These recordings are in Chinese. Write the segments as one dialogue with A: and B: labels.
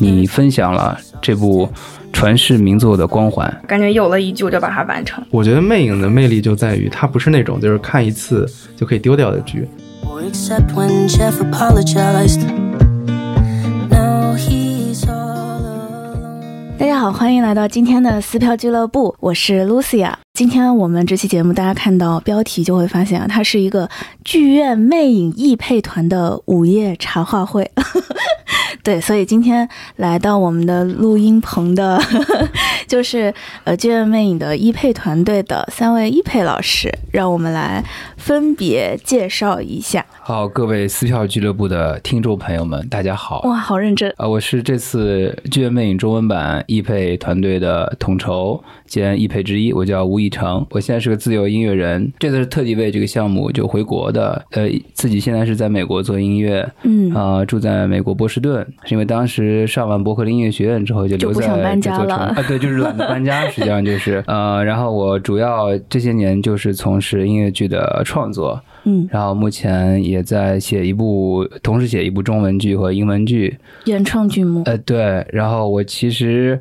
A: 你分享了这部传世名作的光环。
B: 感觉有了一句就把它完成。
C: 我觉得《魅影》的魅力就在于它不是那种就是看一次就可以丢掉的剧。
D: Or except when Jeff apologized. Now he's all alone.
E: 大家好，欢迎来到今天的撕票俱乐部，我是 Lucia。今天我们这期节目，大家看到标题就会发现啊，它是一个剧院魅影艺配团的午夜茶话会。 对，所以今天来到我们的录音棚的， 就是呃剧院魅影的艺配团队的三位艺配老师，让我们来分别介绍一下。
A: 好，各位撕票俱乐部的听众朋友们，大家好。
E: 哇，好认真！
A: 呃，我是这次《剧院魅影》中文版易配团队的统筹兼易配之一，我叫吴以成，我现在是个自由音乐人。这次是特地为这个项目就回国的，呃，自己现在是在美国做音乐，
E: 嗯
A: 啊、住在美国波士顿，是因为当时上完伯克利音乐学院之后就留
E: 就不
A: 在
E: 想搬家
A: 这座城
E: 了
A: 啊，对，就是懒得搬家，实际上 就是呃，然后我主要这些年就是从事音乐剧的创作，
E: 嗯，
A: 然后目前也在写一部，同时写一部中文剧和英文剧，
E: 原创剧目，
A: 呃，对，然后我其实，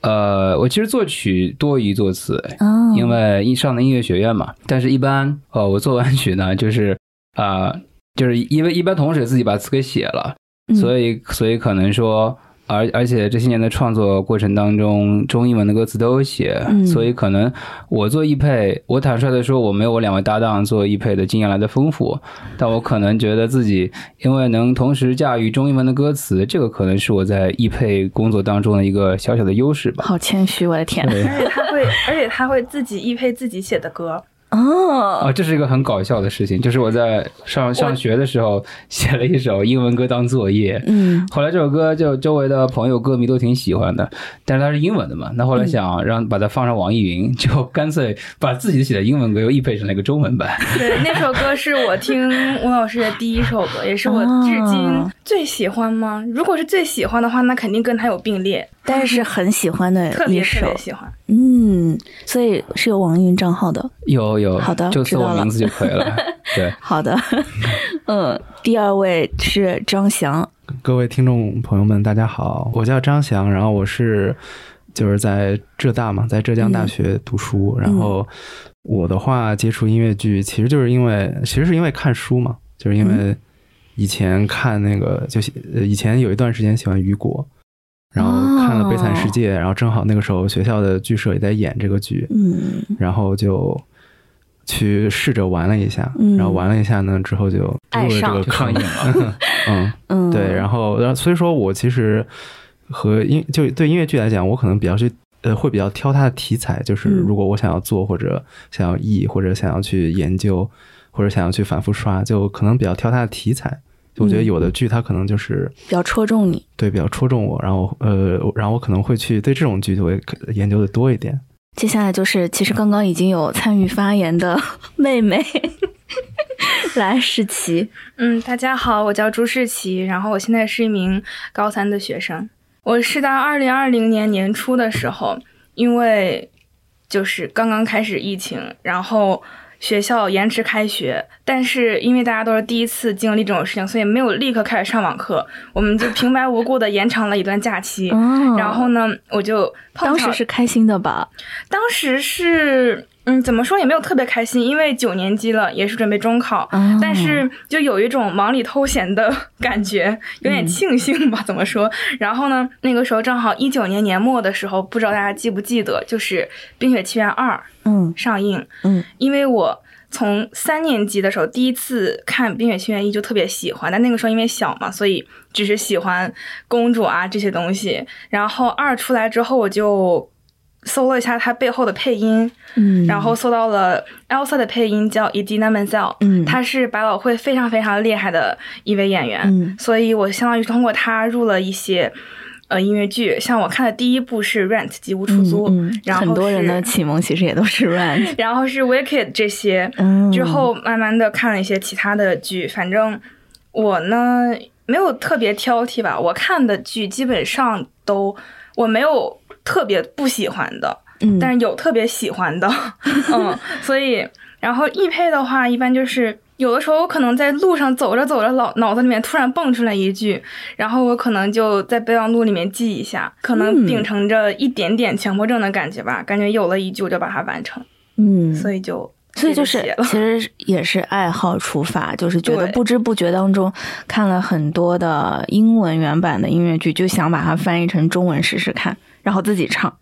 A: 呃，我其实作曲多于作词，
E: 哦，
A: 呃因为一上的音乐学院嘛。但是，一般呃，我做完曲呢，就是啊、呃就是因为一般同时自己把词给写了，所
E: 以
A: 以所以可能说。而而且这些年的创作过程当中，中英文的歌词都有写，
E: 嗯
A: 所以可能我做译配，我坦率的说，我没有我两位搭档做译配的经验来的丰富，但我可能觉得自己因为能同时驾驭中英文的歌词，这个可能是我在译配工作当中的一个小小的优势吧。
E: 好谦虚，我的天，啊
A: 对
B: 而且他会， 而且他会自己译配自己写的歌。
E: 哦，
A: 啊，这是一个很搞笑的事情，就是我在上上学的时候写了一首英文歌当作业，
E: 嗯
A: 后来这首歌就周围的朋友歌迷都挺喜欢的，但是它是英文的嘛，那后来
E: 嗯
A: 想让把它放上网易云，就干脆把自己写的英文歌又译配成了一个中文 版。
B: 对，那首歌是我听吴老师的第一首歌，也是我
E: 哦
B: 至今最喜欢吗？如果是最喜欢的话，那肯定跟他有并列，
E: 但是很喜欢的
B: 特
E: 一
B: 别特
E: 首
B: 别，喜欢。
E: 嗯，所以是有网易云账号
B: 嗯
E: 的。
A: 有有，
E: 好的
A: 就
E: 知
A: 搜
E: 道
A: 我
E: 了
A: 名字就可以 了。对，
E: 好的， 嗯，第二位是张翔，
C: 各位听众朋友们，大家好，我叫张翔，然后我是就是在浙大嘛，在浙江大学读书，然后我的话接触音乐剧，其实就是因为其实是因为看书嘛，就是因为以前看那个就是呃以前有一段时间喜欢雨果。然后看了《悲惨世界》然后正好那个时候学校的剧社也在演这个剧，
E: 嗯，
C: 然后就去试着玩了一下，
E: 嗯
C: 然后玩了一下呢之后就
E: 爱
C: 入了这
E: 上
C: 个
A: 就上
C: 坑
A: 瘾，了。
C: 嗯，
E: 嗯，
C: 对，然后然后所以说我其实和音就对音乐剧来讲，我可能比较去呃会比较挑它的题材，就是
E: 嗯
C: 如果我想要做或者想要译或者想要去研究或者想要去反复刷，就可能比较挑它的题材。就我觉得
E: 嗯
C: 有的剧它可能就是
E: 比较戳中你。
C: 对比较戳中我，然后呃，然后我可能会去对这种剧就会研究的多一点。
E: 接下来就是，其实刚刚已经有参与发言的 妹妹来世奇，
B: 嗯，大家好，我叫朱世奇，然后我现在是一名高三的学生。我是在二零二零年年初的时候，因为就是刚刚开始疫情，然后学校延迟开学，但是因为大家都是第一次经历这种事情，所以没有立刻开始上网课，我们就平白无故的延长了一段假期。
E: 哦，
B: 然后呢，我就碰
E: 当
B: 巧
E: 时是开心的吧？
B: 当时是，嗯，怎么说也没有特别开心，因为九年级了，也是准备中考，
E: 哦
B: 但是就有一种忙里偷闲的感觉，有点庆幸吧，怎么说？然后呢，那个时候正好一九年年末的时候，不知道大家记不记得，就是《冰雪奇缘二
E: 嗯》
B: 上映，
E: 嗯，
B: 因为我。从三年级的时候第一次看《冰雪奇缘一》就特别喜欢，但那个时候因为小嘛，所以只是喜欢公主啊这些东西。然后二出来之后，我就搜了一下它背后的配音，
E: 嗯，
B: 然后搜到了 Elsa 的配音叫 Edina Menzel，
E: 嗯
B: 她是百老汇非常非常厉害的一位演员，
E: 嗯
B: 所以我相当于是通过她入了一些呃音乐剧，像我看的第一部是 Rent 吉屋出租，
E: 嗯嗯
B: 然后
E: 很多人的
B: 是
E: 启蒙其实也都是 run，
B: 然后是 Wicked 这些，
E: 嗯，
B: 之后慢慢的看了一些其他的剧，反正我呢没有特别挑剔吧，我看的剧基本上都我没有特别不喜欢的，
E: 嗯，
B: 但是有特别喜欢的，嗯，所以然后易配的话，一般就是有的时候我可能在路上走着走着老，脑子里面突然蹦出来一句，然后我可能就在备忘录里面记一下，可能
E: 嗯
B: 秉承着一点点强迫症的感觉吧，感觉有了一句我就把它完成，
E: 嗯，
B: 所以就
E: 所以就
B: 这
E: 是
B: 写了，
E: 其实也是爱好出发，就是觉得
B: 对
E: 不知不觉当中看了很多的英文原版的音乐剧，就想把它翻译成中文试试看，然后自己唱。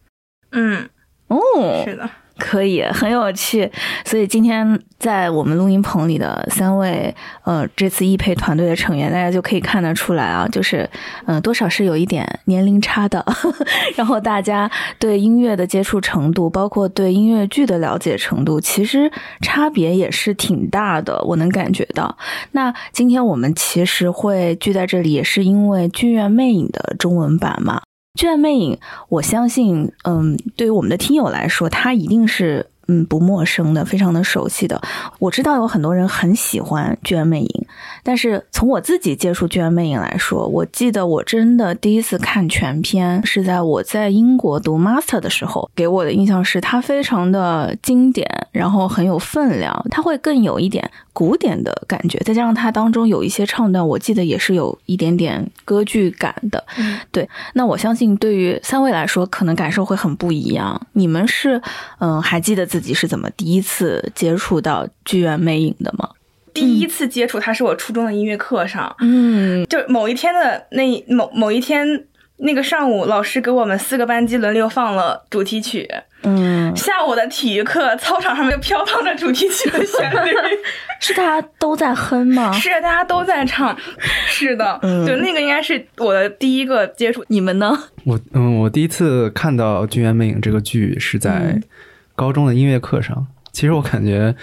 B: 嗯，
E: 哦，
B: 是的，
E: 可以，很有趣。所以今天在我们录音棚里的三位，呃，这次易配团队的成员，大家就可以看得出来啊，就是，嗯、多少是有一点年龄差的。 然后大家对音乐的接触程度，包括对音乐剧的了解程度，其实差别也是挺大的，我能感觉到。那今天我们其实会聚在这里，也是因为《剧院魅影》的中文版嘛。《剧院魅影》，我相信，嗯，对于我们的听友来说，它一定是嗯不陌生的，非常的熟悉的。我知道有很多人很喜欢《剧院魅影》，但是从我自己接触《剧院魅影》来说，我记得我真的第一次看全片是在我在英国读 master 的时候，给我的印象是它非常的经典，然后很有分量，它会更有一点古典的感觉，再加上它当中有一些唱段，我记得也是有一点点歌剧感的。对，那我相信对于三位来说，可能感受会很不一样。你们是嗯、还记得自己是怎么第一次接触到《剧院魅影》的吗？
B: 第一次接触它是我初中的音乐课上，
E: 嗯，
B: 就某一天的那某某一天那个上午，老师给我们四个班级轮流放了主题曲。
E: 嗯，
B: 下午的体育课，操场上面就飘荡着主题曲的旋 律，
E: 是大家都在哼吗？
B: 是啊大家都在唱。是的，
E: 嗯
B: 就那个应该是我的第一个接触。
E: 你们呢？
C: 我嗯，我第一次看到《剧院魅影》这个剧是在
E: 嗯
C: 高中的音乐课上。其实我感觉，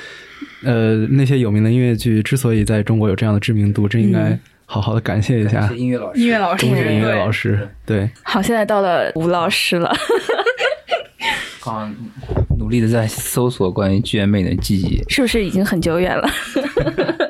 C: 呃，那些有名的音乐剧之所以在中国有这样的知名度，真应该
E: 嗯
C: 好好的感谢一下
A: 是音乐老师，
B: 音乐老师，
C: 中学音乐老
B: 对，
C: 师。对，
E: 好，现在到了吴老师了。
A: 刚刚努力的在搜索关于剧院魅影的记忆。
E: 是不是已经很久远了？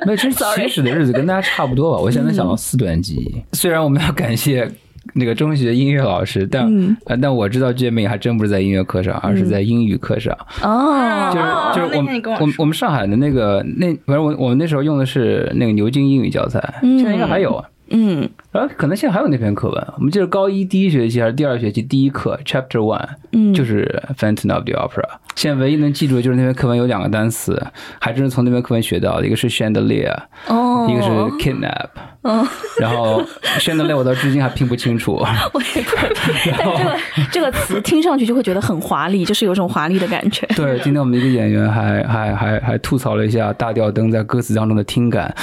A: 没有，其实
E: Sorry 嗯
A: 起始的日子跟大家差不多吧。我现在能想到四段记忆，虽然我们要感谢那个中学音乐老师，但、
E: 嗯
A: 呃但我知道剧院魅影还真不是在音乐课上，而是在英语课上。
E: 哦
A: 就是
B: 哦
A: 就是我
B: 那天
A: 们
B: 你跟我
A: 我们
B: 说
A: 我们上海的那个那反正我我们那时候用的是那个牛津英语教材，
E: 嗯
A: 现在应该还有啊。
E: 嗯
A: 然后可能现在还有那篇课文，我们记得高一第一学期还是第二学期第一课 Chapter One，
E: 嗯，
A: 就是《Phantom of the Opera》。现在唯一能记住的就是那篇课文有两个单词，还真是从那篇课文学到的，一个是 chandelier，
E: 哦，
A: 一个是 kidnap。
B: 哦
E: 嗯，
A: 然 后 chandelier 我到至今还拼不清楚。
E: 我也不知道，但这个这个词听上去就会觉得很华丽，就是有一种华丽的感觉。
A: 对，今天我们一个演员还还还还吐槽了一下大吊灯在歌词当中的听感，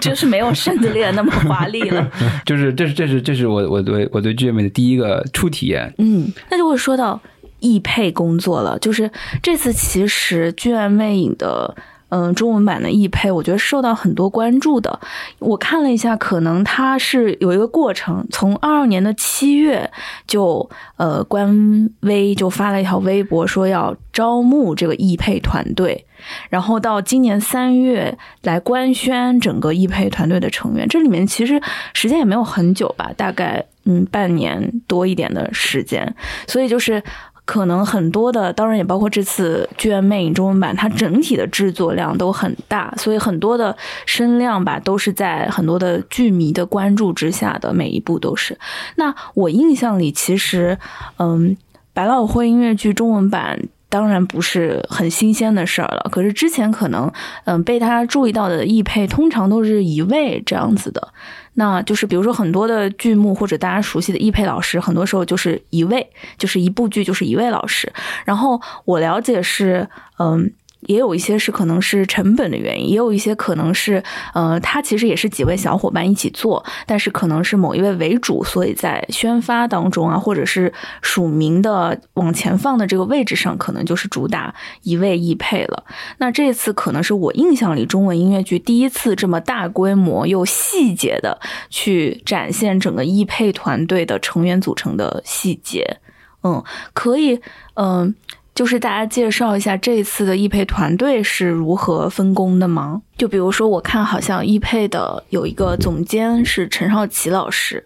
E: 就是没有圣子列那么华丽了。
A: 就是这是这是这是我我对我对剧院的第一个初体验。
E: 嗯，那就会说到译配工作了，就是这次其实《剧院魅影》的。嗯，中文版的译配，我觉得受到很多关注的。我看了一下，可能它是有一个过程，从二二年的七月就呃官微就发了一条微博说要招募这个译配团队，然后到今年三月来官宣整个易配团队的成员。这里面其实时间也没有很久吧，大概嗯半年多一点的时间，所以就是。可能很多的，当然也包括这次《剧院魅影》中文版，它整体的制作量都很大，所以很多的声量吧，都是在很多的剧迷的关注之下的，每一部都是。那我印象里，其实，嗯，百老汇音乐剧中文版当然不是很新鲜的事儿了，可是之前可能嗯被大家注意到的译配通常都是一位这样子的，那就是比如说很多的剧目或者大家熟悉的译配老师，很多时候就是一位，就是一部剧就是一位老师。然后我了解是嗯。也有一些是可能是成本的原因，也有一些可能是，呃，他其实也是几位小伙伴一起做，但是可能是某一位为主，所以在宣发当中啊，或者是署名的往前放的这个位置上，可能就是主打一位易配了。那这次可能是我印象里中文音乐剧第一次这么大规模又细节的去展现整个易配团队的成员组成的细节。嗯，可以，嗯、就是大家介绍一下这次的易 E 配团队是如何分工的吗？就比如说，我看好像易配的有一个总监是陈少奇老师，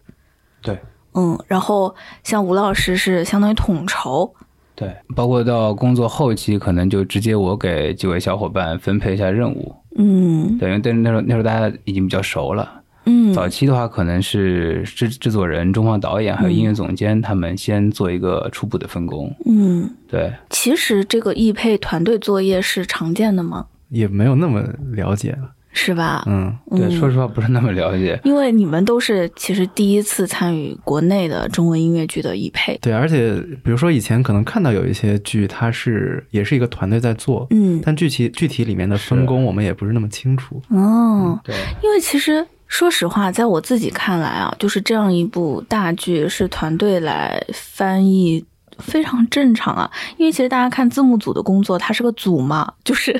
C: 对，
E: 嗯，然后像吴老师是相当于统筹，
A: 对，包括到工作后期，可能就直接我给几位小伙伴分配一下任务，
E: 嗯
A: 对，因为但是那时候那时候大家已经比较熟了。
E: 嗯
A: 早期的话，可能是制制作人、中放导演还有音乐总监他们先做一个初步的分工。
E: 嗯，
A: 对，
E: 其实这个易配团队作业是常见的吗？
C: 也没有那么了解了。
E: 是吧？
C: 嗯，
A: 对，
E: 嗯
A: 说实话不是那么了解。
E: 因为你们都是其实第一次参与国内的中文音乐剧的易配，
C: 对，而且比如说以前可能看到有一些剧，它是也是一个团队在做，
E: 嗯，
C: 但具体具体里面的分工我们也不是那么清楚。
E: 哦，
A: 对，
E: 因为其实说实话，在我自己看来啊，就是这样一部大剧是团队来翻译。非常正常啊，因为其实大家看字幕组的工作，它是个组嘛，就是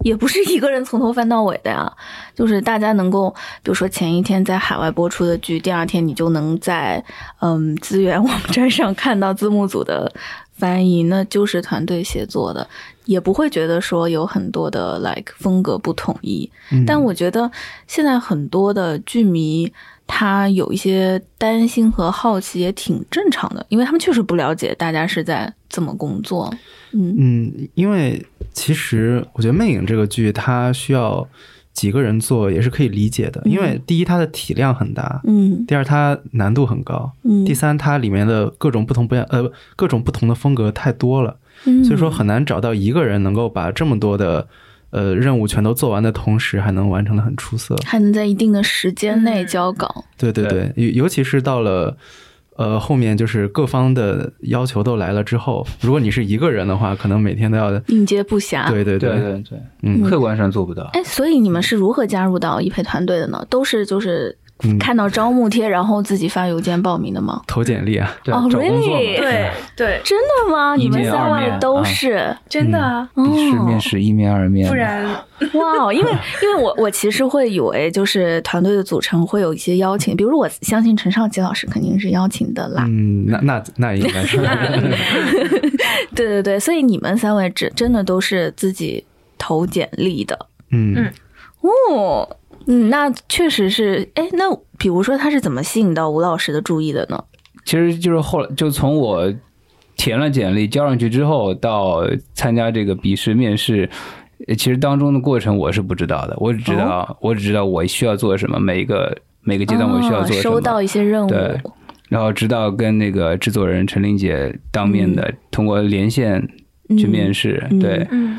E: 也不是一个人从头翻到尾的呀。就是大家能够，比如说前一天在海外播出的剧，第二天你就能在嗯资源网站上看到字幕组的翻译，那就是团队协作的，也不会觉得说有很多的 like 风格不统一。
C: 嗯
E: 但我觉得现在很多的剧迷，他有一些担心和好奇也挺正常的，因为他们确实不了解大家是在怎么工作。嗯
C: 嗯，因为其实我觉得《魅影》这个剧它需要几个人做也是可以理解的，
E: 嗯
C: 因为第一它的体量很大，
E: 嗯
C: 第二它难度很高，
E: 嗯，
C: 第三它里面的各种不同不呃各种不同的风格太多了，
E: 嗯，
C: 所以说很难找到一个人能够把这么多的呃任务全都做完的同时，还能完成的很出色。
E: 还能在一定的时间内交稿。
C: 对对对，尤尤其是到了。呃，后面就是各方的要求都来了之后，如果你是一个人的话，可能每天都要
E: 应接不暇。
C: 对对
A: 对
C: 对，
A: 对对，
C: 嗯
A: 客观上做不到。
E: 哎，所以你们是如何加入到易配团队的呢？都是就是
C: 嗯，
E: 看到招募贴，然后自己发邮件报名的吗？
C: 投简历啊，
A: 对，
E: 哦
A: 找工作嘛
E: really？
B: 对对，
E: 真的吗？你
A: 一
E: 们
A: 面
E: 三
A: 二
E: 位
A: 面
E: 都
A: 啊
E: 是？
B: 真的啊，
C: 嗯
E: 哦
A: 笔试、面试一面、二面，
B: 哦不然
E: 哇，哦因为因为我我其实会以为就是团队的组成会有一些邀请，比如我相信陈少奇老师肯定是邀请的啦。
C: 嗯，那那那应该是
B: 嗯
E: 对对对，所以你们三位只真的都是自己投简历的
C: 嗯
B: 嗯
E: 哦。嗯，那确实是。哎，那比如说他是怎么吸引到吴老师的注意的呢？
A: 其实就是后来就从我填了简历交上去之后，到参加这个笔试面试。呃其实当中的过程我是不知道的，我只知道、
E: 哦
A: 我只知道我需要做什么，每一个每个阶段我需要
E: 哦
A: 做什么，
E: 收到一些任务。
A: 对然后直到跟那个制作人陈琳姐当面的、通过连线去面试，
E: 嗯
A: 对，
B: 嗯，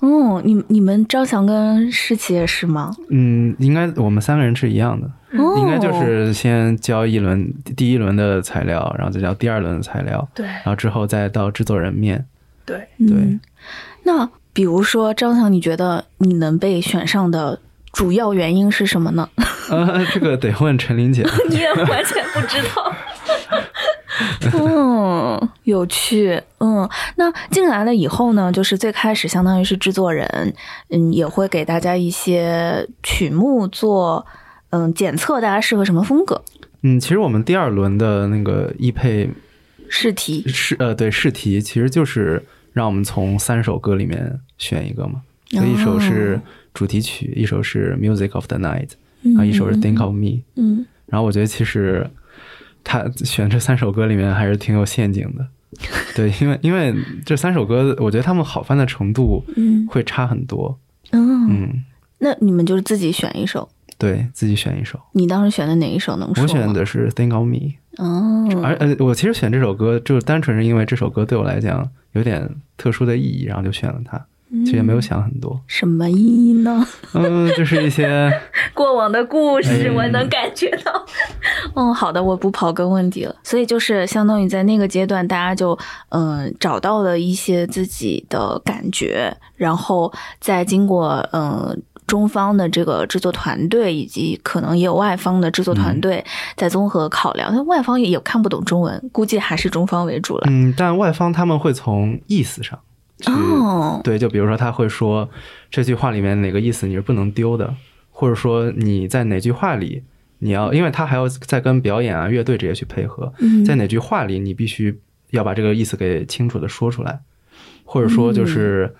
E: 哦，你你们张翔跟诗琪也是吗？
C: 嗯，应该我们三个人是一样的，
E: 哦，
C: 应该就是先交一轮第一轮的材料，然后再交第二轮的材料，
B: 对
C: 然后之后再到制作人面。
B: 对，
C: 对
E: 嗯。那比如说张翔，你觉得你能被选上的主要原因是什么呢？
C: 呃，这个得问陈琳姐。
E: 你也完全不知道。 嗯，有趣。嗯，那进来了以后呢，就是最开始相当于是制作人，嗯，也会给大家一些曲目做，嗯，检测大家适合什么风格
C: 嗯，其实我们第二轮的那个易配
E: 试题。
C: 试呃对试题，其实就是让我们从三首歌里面选一个嘛，所以一首是主题曲，一首是 Music of the Night，然啊后一首是 Think of Me。
E: 嗯，
C: 然后我觉得其实他选这三首歌里面还是挺有陷阱的，对，因为因为这三首歌，我觉得他们好翻的程度
E: 嗯
C: 会差很多。
E: 嗯嗯，
C: 嗯，
E: 那你们就是自己选一首。
C: 对自己选一首，
E: 你当时选的哪一首能说
C: 我
E: 吗？
C: 选的是《Think of Me
E: 哦，》，
C: 而呃，我其实选这首歌就是单纯是因为这首歌对我来讲有点特殊的意义，然后就选了它。其实也没有想很多，
E: 嗯什么意义呢？
C: 嗯，就是一些
E: 过往的故事，我能感觉到。 嗯，好的，我不刨根问底了。所以就是相当于在那个阶段，大家就嗯、呃找到了一些自己的感觉，然后再经过嗯。呃中方的这个制作团队，以及可能也有外方的制作团队在综合考量。那、外方也有看不懂中文，估计还是中方为主了。
C: 嗯，但外方他们会从意思上去
E: 哦，
C: 对，就比如说他会说这句话里面哪个意思你是不能丢的，或者说你在哪句话里你要，因为他还要再跟表演啊、乐队这些去配合，
E: 嗯
C: 在哪句话里你必须要把这个意思给清楚的说出来，或者说就是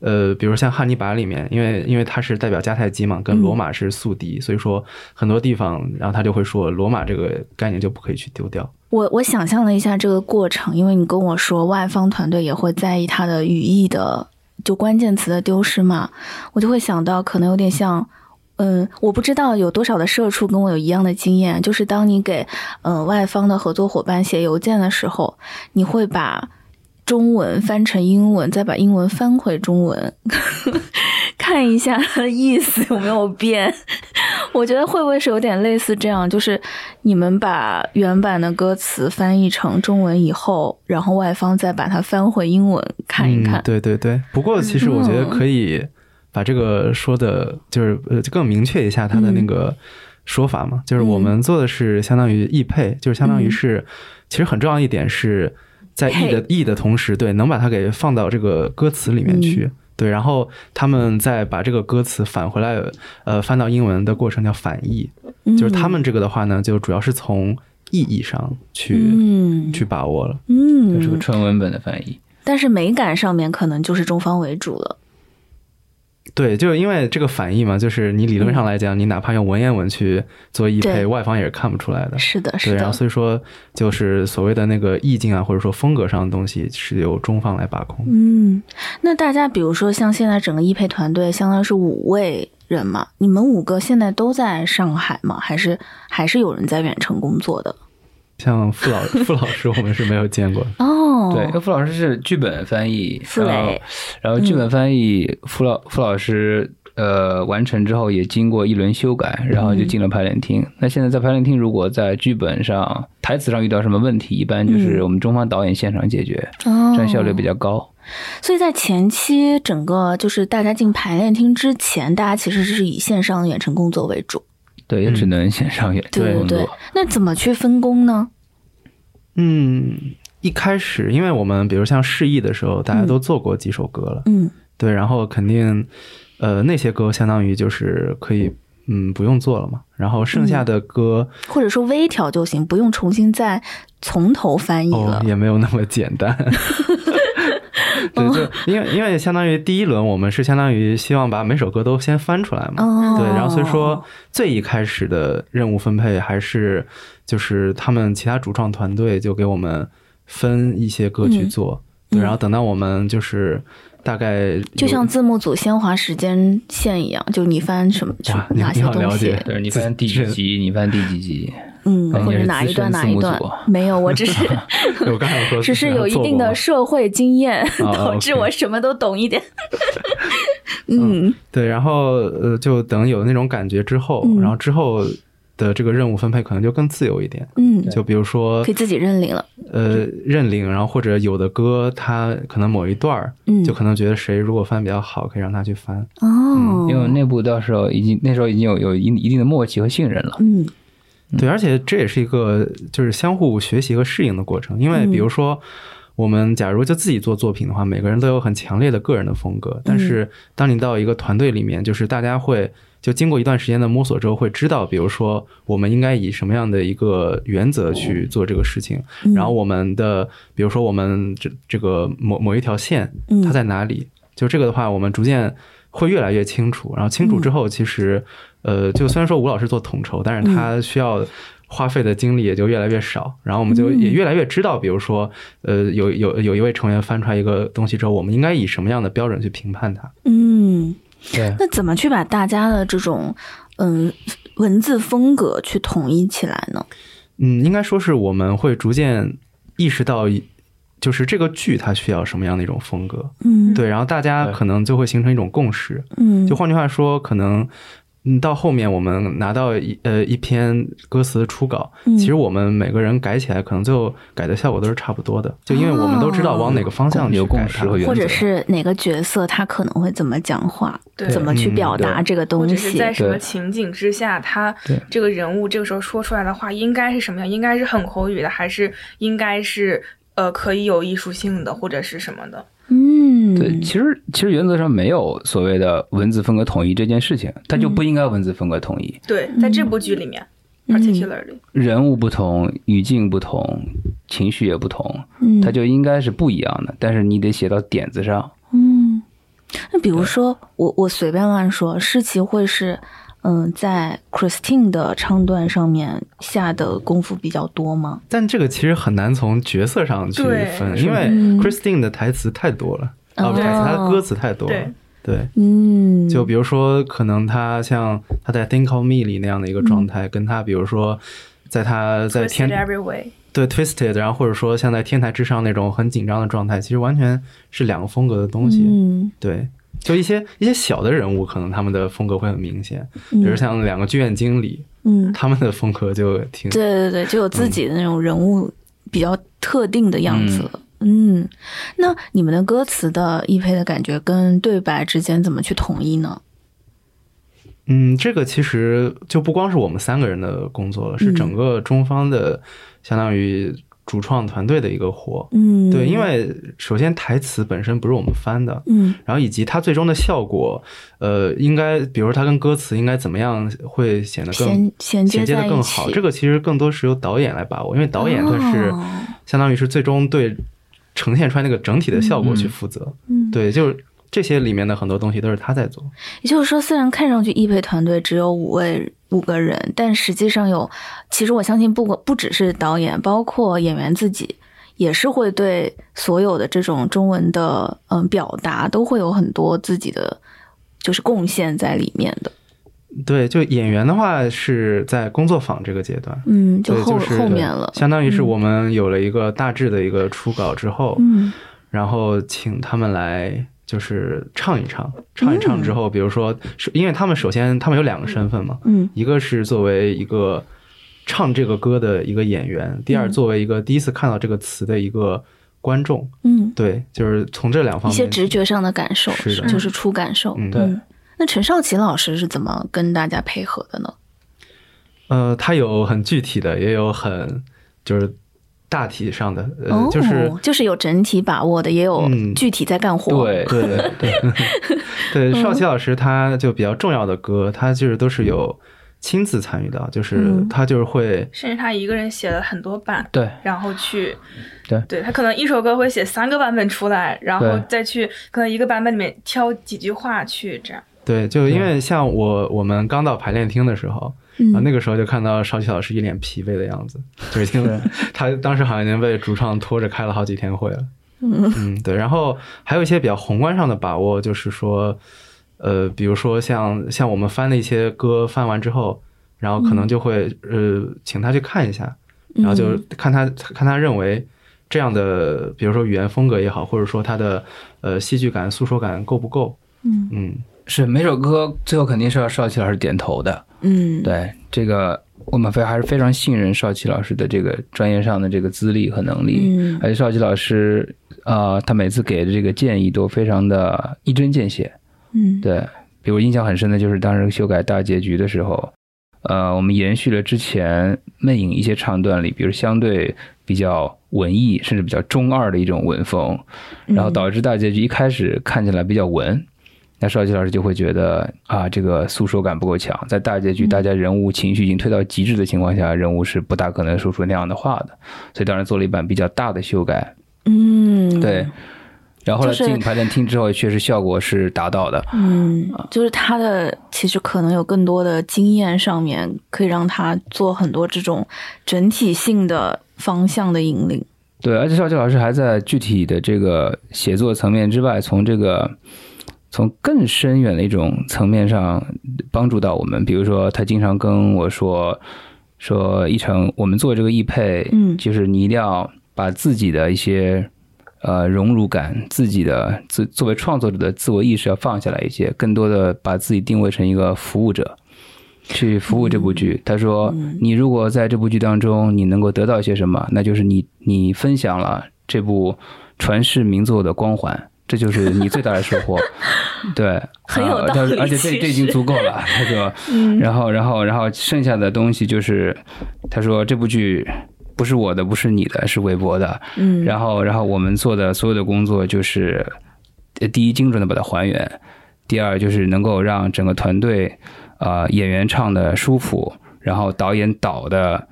C: 呃，比如像《汉尼拔》里面，因为因为它是代表迦太基嘛，跟罗马是宿敌，所以说很多地方，然后他就会说罗马这个概念就不可以去丢掉。
E: 我我想象了一下这个过程，因为你跟我说万方团队也会在意它的语义的就关键词的丢失嘛，我就会想到可能有点像。嗯，我不知道有多少的社畜跟我有一样的经验，就是当你给呃外方的合作伙伴写邮件的时候，你会把中文翻成英文，再把英文翻回中文， 看一下它的意思有没有变。我觉得会不会是有点类似这样，就是你们把原版的歌词翻译成中文以后，然后外方再把它翻回英文看一看。嗯
C: 嗯，对对对。不过其实我觉得可以把这个说的，就是呃更明确一下它
E: 嗯
C: 的那个说法嘛。就是我们做的是相当于译配，就是相当
E: 嗯
C: 于是，其实很重要一点是在译的译的同时，对，能把它给放到这个歌词里面
E: 嗯
C: 去。对，然后他们再把这个歌词返回来，呃，翻到英文的过程叫反译。就是
E: 嗯
C: 他们这个的话呢，就主要是从意义上去、
E: 嗯
C: 去把握了。
A: 这是个
E: 嗯，
A: 纯文本的翻译。
E: 但是美感上面可能就是中方为主了。
C: 对，就是因为这个反译嘛，就是你理论上来讲，你哪怕用文言文去做译
E: 嗯对
C: 配，外方也是看不出来的。
E: 是的，
C: 对，
E: 是
C: 然后
E: 的。
C: 所以说，就是所谓的那个意境啊，或者说风格上的东西，是由中方来把控。
E: 嗯，那大家比如说像现在整个易配团队，相当于是五位人嘛，你们五个现在都在上海吗？还是还是有人在远程工作的？
C: 像傅 老傅老师，我们是没有见过的。
E: 哦，
A: 对，因呃为傅老师是剧本翻译，
E: 傅
A: 然
E: 雷
A: 后然后剧
E: 嗯
A: 本翻译傅老傅老师呃完成之后也经过一轮修改，然后就
E: 嗯
A: 进了排练厅。那现在在排练厅，如果在剧本上台词上遇到什么问题，一般就是我们中方导演现场解决，
E: 嗯哦，
A: 这样效率比较高。
E: 所以在前期整个就是大家进排练厅之前，大家其实是以线上的远程工作为主。
A: 对，也只能线上演
E: 对
A: 工
E: 对
A: 作。，
E: 那怎么去分工呢？
C: 嗯，一开始，因为我们比如像试译的时候，大家都做过几首歌了，
E: 嗯
C: 对，然后肯定，呃，那些歌相当于就是可以，嗯，不用做了嘛。然后剩
E: 嗯
C: 下的歌，
E: 或者说微调就行，不用重新再从头翻译了
C: 哦，。也没有那么简 单。对，就因为因为相当于第一轮我们是相当于希望把每首歌都先翻出来嘛，
E: 哦，
C: 对，然后所以说最一开始的任务分配还是就是他们其他主创团队就给我们分一些歌
E: 嗯
C: 去做，对，然后等到我们就是大概有
E: 就像字幕组先划时间线一样，就你翻什么什么
C: 哇你
E: 哪些
C: 你好
E: 东
C: 了
E: 西
C: 解，
A: 对，你翻第几集？你翻第几集？
E: 嗯，
A: 嗯你
E: 或者
A: 是
E: 哪一
A: 资深
E: 段哪
A: 字
E: 一
A: 幕
E: 段
A: 组啊，
E: 没有，我只是
C: 我刚 才有说
E: 只是有一定的社会经验，
C: 啊
E: 导致
C: OK
E: 我什么都懂一点。嗯
C: 对，然后呃，就等有那种感觉之后，
E: 嗯
C: 然后之后的这个任务分配可能就更自由一点，
E: 嗯，
C: 就比如说
E: 可以自己认领了。
C: 呃认领，然后或者有的歌它可能某一段儿，
E: 嗯
C: 就可能觉得谁如果翻比较好，可以让他去翻。
E: 哦，
C: 嗯
A: 因为内部到时候已经那时候已经有有一一定的默契和信任了。
E: 嗯
C: 对，而且这也是一个就是相互学习和适应的过程，因为
E: 嗯
C: 比如说。我们假如就自己做作品的话，每个人都有很强烈的个人的风格。
E: 嗯
C: 但是，当你到一个团队里面，就是大家会就经过一段时间的摸索之后，会知道，比如说我们应该以什么样的一个原则去做这个事情。
E: 哦嗯
C: 然后我们的，比如说我们这这个某某一条线
E: 嗯，
C: 它在哪里？就这个的话，我们逐渐会越来越清楚。然后清
E: 嗯
C: 楚之后，其实，呃，就虽然说吴老师做统筹，但是他需要花费的精力也就越来越少。然后我们就也越来越知道，比如说，呃，有有有一位成员翻出来一个东西之后，我们应该以什么样的标准去评判它？
E: 嗯，
C: 对
E: 那怎么去把大家的这种嗯文字风格去统一起来呢？
C: 嗯，应该说是我们会逐渐意识到一，就是这个剧它需要什么样的一种风格。
E: 嗯，，
C: 对，然后大家
A: 对
C: 可能就会形成一种共识。
E: 嗯，
C: 就换句话说，可能嗯，到后面我们拿到一呃一篇歌词的初稿，
E: 嗯
C: 其实我们每个人改起来，可能最后改的效果都是差不多的，就因为我们都知道往哪个方向去
A: 有啊共
C: 改
A: 识
C: 它
A: 和原则
E: 或者是哪个角色他可能会怎么讲话，
B: 对
E: 怎么去表达
A: 嗯对
E: 这个
B: 或
E: 东
B: 者是
E: 西，
B: 在什么
A: 对
B: 情景之下，他
A: 对
B: 这个人物这个时候说出来的话应该是什么样？应该是很口语的，还是应该是呃可以有艺术性的，或者是什么的？
E: 嗯，
A: 对，其实其实原则上没有所谓的文字风格统一这件事情，它就
E: 嗯
A: 不应该文字风格统一。
B: 对，在这部剧里面、p a r t i c u l a r l y
A: 人物不同，语境不同，情绪也不同，
E: 嗯，
A: 它就应该是不一样的。但是你得写到点子上，
E: 嗯，那比如说，我我随便乱说，诗琪会是嗯、在 Christine 的唱段上面下的功夫比较多吗？
C: 但这个其实很难从角色上去
B: 对
C: 分，
A: 是
C: 因为
E: 嗯
C: Christine 的台词太多了，啊，不是台词，她的歌词太多了
B: 对。
C: 对，
E: 嗯，
C: 就比如说，可能她像她在《Think of Me》里那样的一个状态，跟她比如说，在她在
B: Twisted
C: 天
B: every way，
C: 对 Twisted，然后或者说像在天台之上那种很紧张的状态，其实完全是两个风格的东西。
E: 嗯，
C: 对，就一些一些小的人物，可能他们的风格会很明显，
E: 嗯
C: 比如像两个剧院经理，
E: 嗯，
C: 他们的风格就挺
E: 对对对，就有自己的那种人物比较特定的样子了。嗯那你们的歌词的译配的感觉跟对白之间怎么去统一呢？
C: 嗯，这个其实就不光是我们三个人的工作了，是
E: 嗯
C: 整个中方的，相当于主创团队的一个活。
E: 嗯，
C: 对，因为首先台词本身不是我们翻的，
E: 嗯
C: 然后以及它最终的效果，呃，应该比如说它跟歌词应该怎么样会显得更
E: 衔衔接
C: 衔接
E: 在
C: 的
E: 一
C: 更
E: 起
C: 好，这个其实更多是由导演来把握，因为导演他是
E: 哦
C: 相当于是最终对呈现出来那个整体的效果去
A: 嗯
C: 负责。
E: 嗯，
C: 对，就是这些里面的很多东西都是他在做。
E: 也就是说，虽然看上去易配团队只有五位五个人，但实际上有，其实我相信不管不只是导演，包括演员自己，也是会对所有的这种中文的嗯表达都会有很多自己的就是贡献在里面的。
C: 对，就演员的话是在工作坊这个阶段，
E: 嗯，就
C: 对，
E: 后、
C: 就是
E: 后面了。
C: 相当于是我们有了一个大致的一个初稿之后，
E: 嗯
C: 然后请他们来就是唱一唱，唱一
E: 嗯
C: 唱之后，比如说，是因为他们首先他们有两个身份嘛，
E: 嗯
C: 一个是作为一个唱这个歌的一个演员，第二
E: 嗯
C: 作为一个第一次看到这个词的一个观众，
E: 嗯，
C: 对，就是从这两
E: 一
C: 方
E: 些
C: 面，
E: 直觉上的感受，
C: 是的
E: 就是初感受。
C: 嗯，
A: 对
E: 嗯那陈少奇老师是怎么跟大家配合的呢？
C: 呃，它有很具体的，也有很就是大体上的，呃，
E: 哦，
C: 就是
E: 就是有整体把握的，也有
C: 嗯
E: 具体在干活。
A: 对，
C: 对 对
E: 嗯
C: 对，少奇老师他就比较重要的歌，他就是都是有亲自参与到，就是
E: 嗯
C: 他就是会，
B: 甚至他一个人写了很多版，
A: 对，
B: 然后去，
A: 对
B: 他可能一首歌会写三个版本出来，然后
A: 对
B: 再去可能一个版本里面挑几句话去这样。
C: 对，就因为像我我们刚到排练厅的时候，
E: 嗯
C: 然
A: 啊
C: 啊后那个时候就看到少奇老师一脸疲惫的样 子，就已经他当时好像已经被主唱拖着开了好几天会了。
E: 嗯
C: 嗯，对，然后还有一些比较宏观上的把握，就是说，呃，比如说像像我们翻的一些歌，翻完之后，然后可能就会、呃，请他去看一下，
E: 嗯
C: 然后就看他看他认为这样的，比如说语言风格也好，或者说他的呃戏剧感、诉说感够不够？
E: 嗯
C: 嗯，
A: 是每首歌最后肯定是要少奇老师点头的。
E: 嗯，
A: 对，这个我们非还是非常信任少奇老师的这个专业上的这个资历和能力，
E: 嗯
A: 而且少奇老师，呃，他每次给的这个建议都非常的一针见血。
E: 嗯
A: 对，比如印象很深的就是当时修改大结局的时候，呃，我们延续了之前魅影一些唱段里，比如相对比较文艺甚至比较中二的一种文风，然
E: 嗯
A: 后导致大结局一开始看起来比较文。那邵琦老师就会觉得啊，这个诉说感不够强，在大结局
E: 嗯
A: 大家人物情绪已经推到极致的情况下，人物是不大可能说出那样的话的，所以当然做了一版比较大的修改，
E: 嗯
A: 对。然后后来
E: 就是
A: 进排练厅之后，确实效果是达到的，
E: 嗯，
A: 啊
E: 就是他的其实可能有更多的经验上面可以让他做很多这种整体性的方向的引领。
A: 对，而且邵琦老师还在具体的这个写作层面之外，从这个从更深远的一种层面上帮助到我们。比如说，他经常跟我说说一成，我们做这个易配，
E: 嗯
A: 就是你一定要把自己的一些呃荣辱感、自己的自作为创作者的自我意识要放下来一些，更多的把自己定位成一个服务者。去服务这部
E: 嗯
A: 剧。他说，你如果在这部剧当中你能够得到一些什么，那就是你你分享了这部传世名作的光环，这就是你最大的收 获。对，
E: 很有
A: 啊
E: 道理嗯
A: 他而且
E: 其
A: 这
E: 实
A: 这已经足够 了。他说，然后然后然后剩下的东西就是，他说这部剧。不是我的，不是你的，是韦伯的。
E: 嗯，
A: 然后，然后我们做的所有的工作就是，呃第一，精准的把它还原；第二，就是能够让整个团队，呃，演员唱的舒服，然后导演导的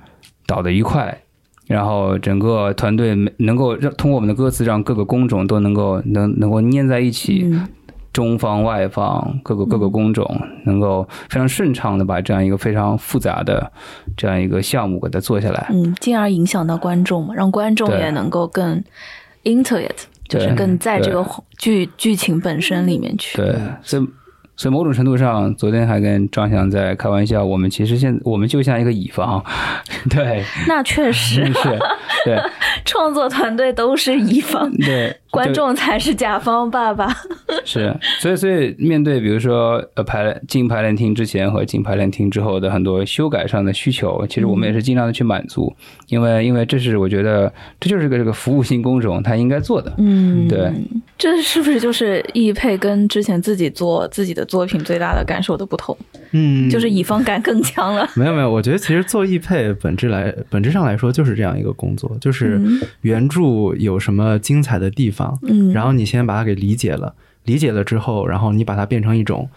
A: 导的愉快，然后整个团队能够让通过我们的歌词，让各个工种都能够能能够粘在一起，
E: 嗯
A: 中方、外方各个各个工种，能够非常顺畅的把这样一个非常复杂的这样一个项目给它做下来。
E: 嗯，进而影响到观众嘛，让观众
A: 对
E: 也能够更 into it，就是
A: 对
E: 更在这个
A: 对
E: 剧剧情本身里面去。
A: 对，所以所以某种程度上，昨天还跟张翔在开玩笑，我们其实现我们就像一个乙方， 对，
E: 那 确实
A: 真，是，对
E: 创作团队都是乙方，
A: 对，
E: 观
A: 就
E: 众才是甲方爸爸。
A: 是，所以所以面对比如说呃排进排练厅之前和进排练厅之后的很多修改上的需求，其实我们也
E: 嗯
A: 是尽量的去满足，因为因为这是我觉得这就是个这个服务性工种它应该做的。
E: 嗯，
A: 对，
E: 这是不是就是易配跟之前自己做自己的作品最大的感受的不同，
C: 嗯，
E: 就是乙方感更强了。
C: 没有没有，我觉得其实做译配本质来本质上来说就是这样一个工作，就是
E: 嗯
C: 原著有什么精彩的地方，
E: 嗯，
C: 然后你先把它给理解了，理解了之后，然后你把它变成一种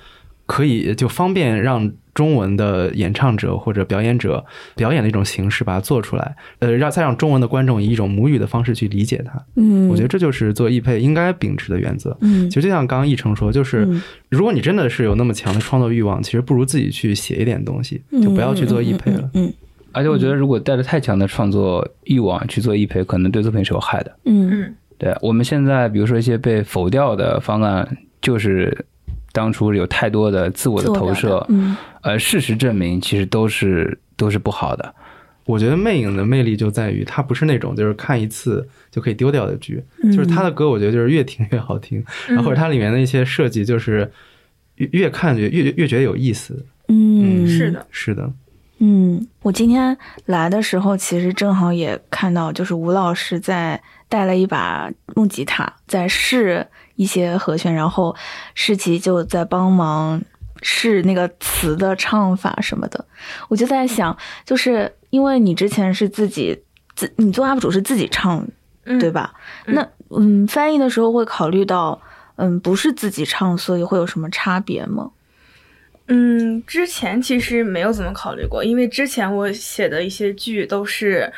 C: 可以就方便让中文的演唱者或者表演者表演的一种形式，把它做出来，呃，让再让中文的观众以一种母语的方式去理解它。
E: 嗯，
C: 我觉得这就是做译配应该秉持的原则。
E: 嗯
C: 其实就像刚刚一成说，就是
E: 嗯
C: 如果你真的是有那么强的创作欲望，其实不如自己去写一点东西，
B: 嗯
C: 就不要去做译配了。
E: 嗯
A: 而且我觉得，如果带着太强的创作欲望去做译配，可能对作品是有害的。
E: 嗯嗯
B: 嗯，
A: 对我们现在，比如说一些被否掉的方案，就是当初有太多的自我的
E: 做
A: 投
E: 的
A: 射，
E: 嗯
A: 呃，事实证明其实都是都是不好的。
B: 嗯
C: 我觉得《魅影》的魅力就在于它不是那种就是看一次就可以丢掉的剧，
E: 嗯
C: 就是它的歌，我觉得就是越听越好听，
B: 嗯
C: 然后或者它里面的一些设计，就是越越看越越越觉得有意思。
E: 嗯
B: 是的，
C: 是的，
E: 嗯，我今天来的时候，其实正好也看到，就是吴老师在带了一把木吉他，在试一些和弦，然后世奇就在帮忙试那个词的唱法什么的。我就在想，就是因为你之前是自己自你做 UP 主是自己唱
B: 嗯
E: 对？吧？那嗯，翻译的时候会考虑到，嗯，不是自己唱，所以会有什么差别吗？
B: 嗯，之前其实没有怎么考虑过，因为之前我写的一些剧都是，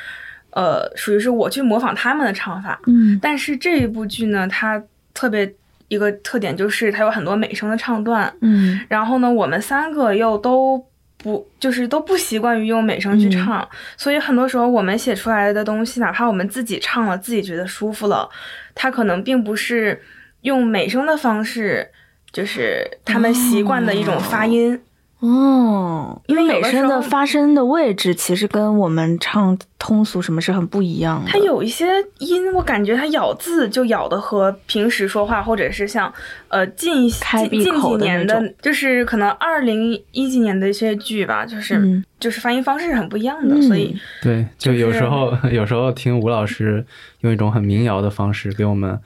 B: 呃，属于是我去模仿他们的唱法。
E: 嗯
B: 但是这一部剧呢，它特别一个特点就是它有很多美声的唱段，
E: 嗯
B: 然后呢，我们三个又都不就是都不习惯于用美声去唱，
E: 嗯
B: 所以很多时候我们写出来的东西，哪怕我们自己唱了，自己觉得舒服了，它可能并不是用美声的方式，就是他们习惯的一种发音。
E: 哦，
B: 因为有
E: 美
B: 的时
E: 声的
B: 候
E: 发声的位置其实跟我们唱通俗什么是很不一样的。
B: 它有一些音，我感觉它咬字就咬的和平时说话，或者是像呃近一些
E: 开
B: 近
E: 闭
B: 近几
E: 口的那
B: 年
E: 种
B: 的，就是可能二零一几年的一些剧吧，就是、
E: 嗯
B: 就是发音方式是很不一样的，
E: 嗯
B: 所以
C: 对，
B: 就
C: 就
B: 是
C: 有时候有时候听吴老师用一种很民谣的方式给我们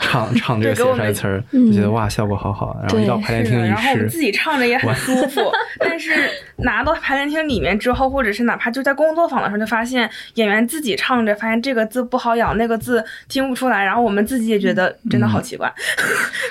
C: 唱唱这个
B: 对给
C: 写
B: 我
C: 出
B: 们
C: 来的词儿，
E: 嗯
C: 就觉得哇效果好好，啊然后一到
E: 对
C: 排练
B: 是
C: 厅
B: 的，
C: 一
B: 然后我们
C: 试，
B: 自己唱着也很舒 服，但是拿到排练厅里面之后，或者是哪怕就在工作坊的时候，就发现演员自己唱着，发现这个字不好咬，那个字听不出来，然后我们自己也觉得
C: 嗯
B: 真的好奇 怪，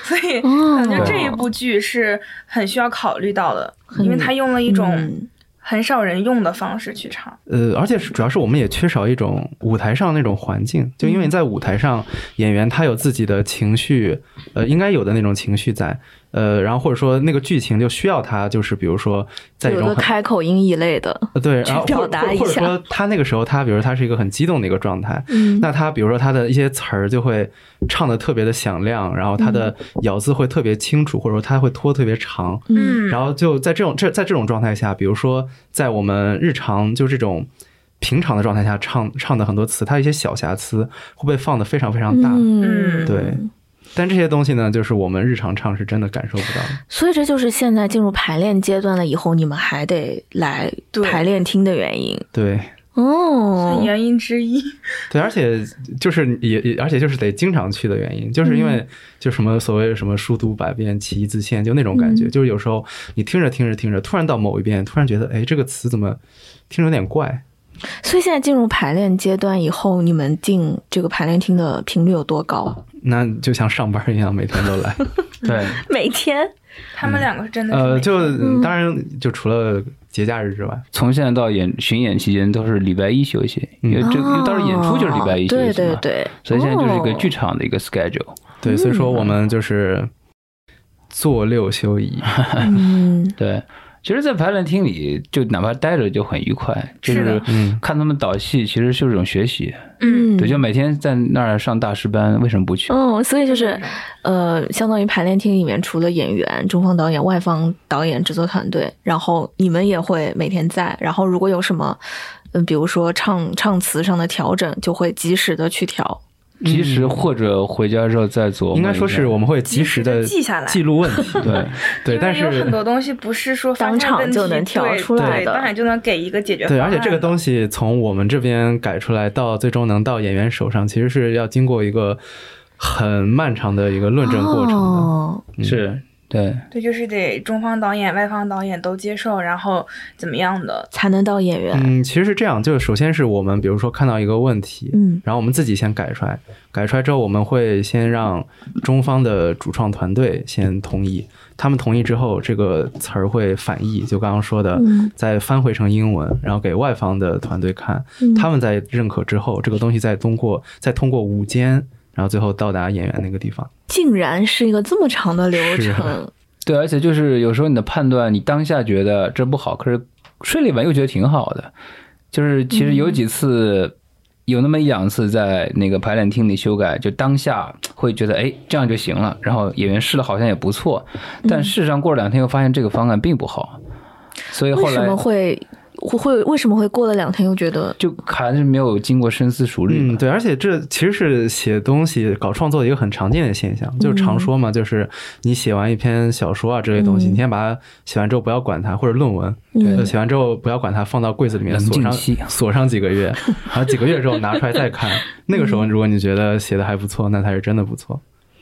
B: 所以
E: 哦
B: 感觉这
C: 啊
B: 一部剧是很需要考虑到的，
E: 很
B: 因为他用了一种
E: 嗯
B: 很少人用的方式去唱，
C: 呃，而且是主要是我们也缺少一种舞台上那种环境，就
E: 嗯
C: 因为在舞台上，演员他有自己的情绪，呃，应该有的那种情绪在，呃，然后或者说那个剧情就需要他，就是比如说在一
E: 有
C: 种
E: 个
C: 很
E: 开口音一类的，
C: 呃对，然后
E: 去表
C: 或
E: 达一
C: 或或者
E: 下
C: 说他那个时候他，比如他是一个很激动的一个状态，
E: 嗯
C: 那他比如说他的一些词儿就会唱的特别的响亮，然后他的咬字会特别清楚，或者说他会拖特别长，
E: 嗯
C: 然后就在这种这在这种状态下，比如说在我们日常就这种平常的状态下唱唱的很多词，它一些小瑕疵会被放的非常非常大，
E: 嗯
C: 对。但这些东西呢，就是我们日常唱是真的感受不到的。
E: 所以这就是现在进入排练阶段了以后，你们还得来
B: 对
E: 排练厅的原因
C: 对
E: 哦。
B: 原因之一。
C: 对，而且就是也也，而且就是得经常去的原因，就是因为
E: 嗯
C: 就什么所谓什么书读百遍，其义自现，就那种感觉。
E: 嗯
C: 就是有时候你听着听着听着，突然到某一遍，突然觉得哎，这个词怎么听着有点怪，
E: 所以现在进入排练阶段以后，你们进这个排练厅的频率有多高？
C: 那就像上班一样，每天都来。
E: 嗯
A: 对，
E: 每天？
B: 他们两个是真的是
C: 呃，
B: 没
C: 就
B: 有
E: 嗯
C: 当然就除了节假日之外，
A: 从现在到演巡演期间都是礼拜一休息，因为这因为到时候演出就是礼拜一休息
E: 哦对
A: 嘛，
E: 嗯对对，
A: 所以现在就是一个
E: 哦
B: 嗯
A: 剧场的一个 schedule。
C: 对，所以说我们就是做六休一，
E: 哦
F: 嗯，
A: 对，其实，在排练厅里，就哪怕待着就很愉快，就是是
B: 的
C: 嗯，
A: 看他们导戏，其实就是一种学习。
B: 嗯，
A: 对，就每天在那儿上大师班，为什么不去？
E: 嗯，所以就是，呃，相当于排练厅里面除了演员、中方导演、外方导演、制作团队，然后你们也会每天在，然后如果有什么，嗯，比如说唱唱词上的调整，就会及时的去调。
A: 及时或者回家之后再琢磨一下。
C: 应该说是我们会及时的
B: 及时地记下来
C: 记录问题，对
B: 因
C: 对，
B: 为
C: 但
B: 有很
C: 是
B: 多东西不是说发
E: 当
B: 现
E: 场
B: 问
E: 就
B: 题
E: 能调
B: 对
E: 出来
B: 对
E: 的
B: 当场就能给一个解决方
C: 对，
B: 案。
C: 而且这个东西从我们这边改出来到最终能到演员手上，其实是要经过一个很漫长的一个论证过程的。嗯
E: 哦，
A: 是对，
B: 对，就是得中方导演、外方导演都接受，然后怎么样的？
E: 才能到演员。
C: 嗯，其实是这样，就是首先是我们比如说看到一个问题，
E: 嗯
C: 然后我们自己先改出来，改出来之后，我们会先让中方的主创团队先同意，他们同意之后，这个词儿会反译，就刚刚说的，
E: 嗯
C: 再翻回成英文，然后给外方的团队看，
E: 嗯
C: 他们在认可之后，这个东西再通过再通过午间，然后最后到达演员那个地方。
E: 竟然是一个这么长的流
C: 是啊
E: 程，
A: 对，而且就是有时候你的判断，你当下觉得这不好，可是睡了一晚又觉得挺好的。就是其实有几次，有那么一两次在那个排练厅里修改，就当下会觉得哎这样就行了，然后演员试了好像也不错，但事实上过了两天又发现这个方案并不好，所以后
E: 为什
A: 来
E: 么会会会为什么会过了两天又觉得
A: 就还是没有经过深思熟虑吧。
C: 嗯，对，而且这其实是写东西、搞创作的一个很常见的现象，
E: 嗯
C: 就是常说嘛，就是你写完一篇小说啊之类的东西，
E: 嗯
C: 你先把它写完之后不要管它，或者论文，
E: 嗯
C: 就写呃完之后不要管它，放到柜子里面
A: 冷
C: 锁
A: 静
C: 上
A: 期
E: 啊
C: 锁上几个月，然后几个月之后拿出来再 看，那个时候
E: 嗯
C: 如果你觉得写的还不错，那才是真的不错。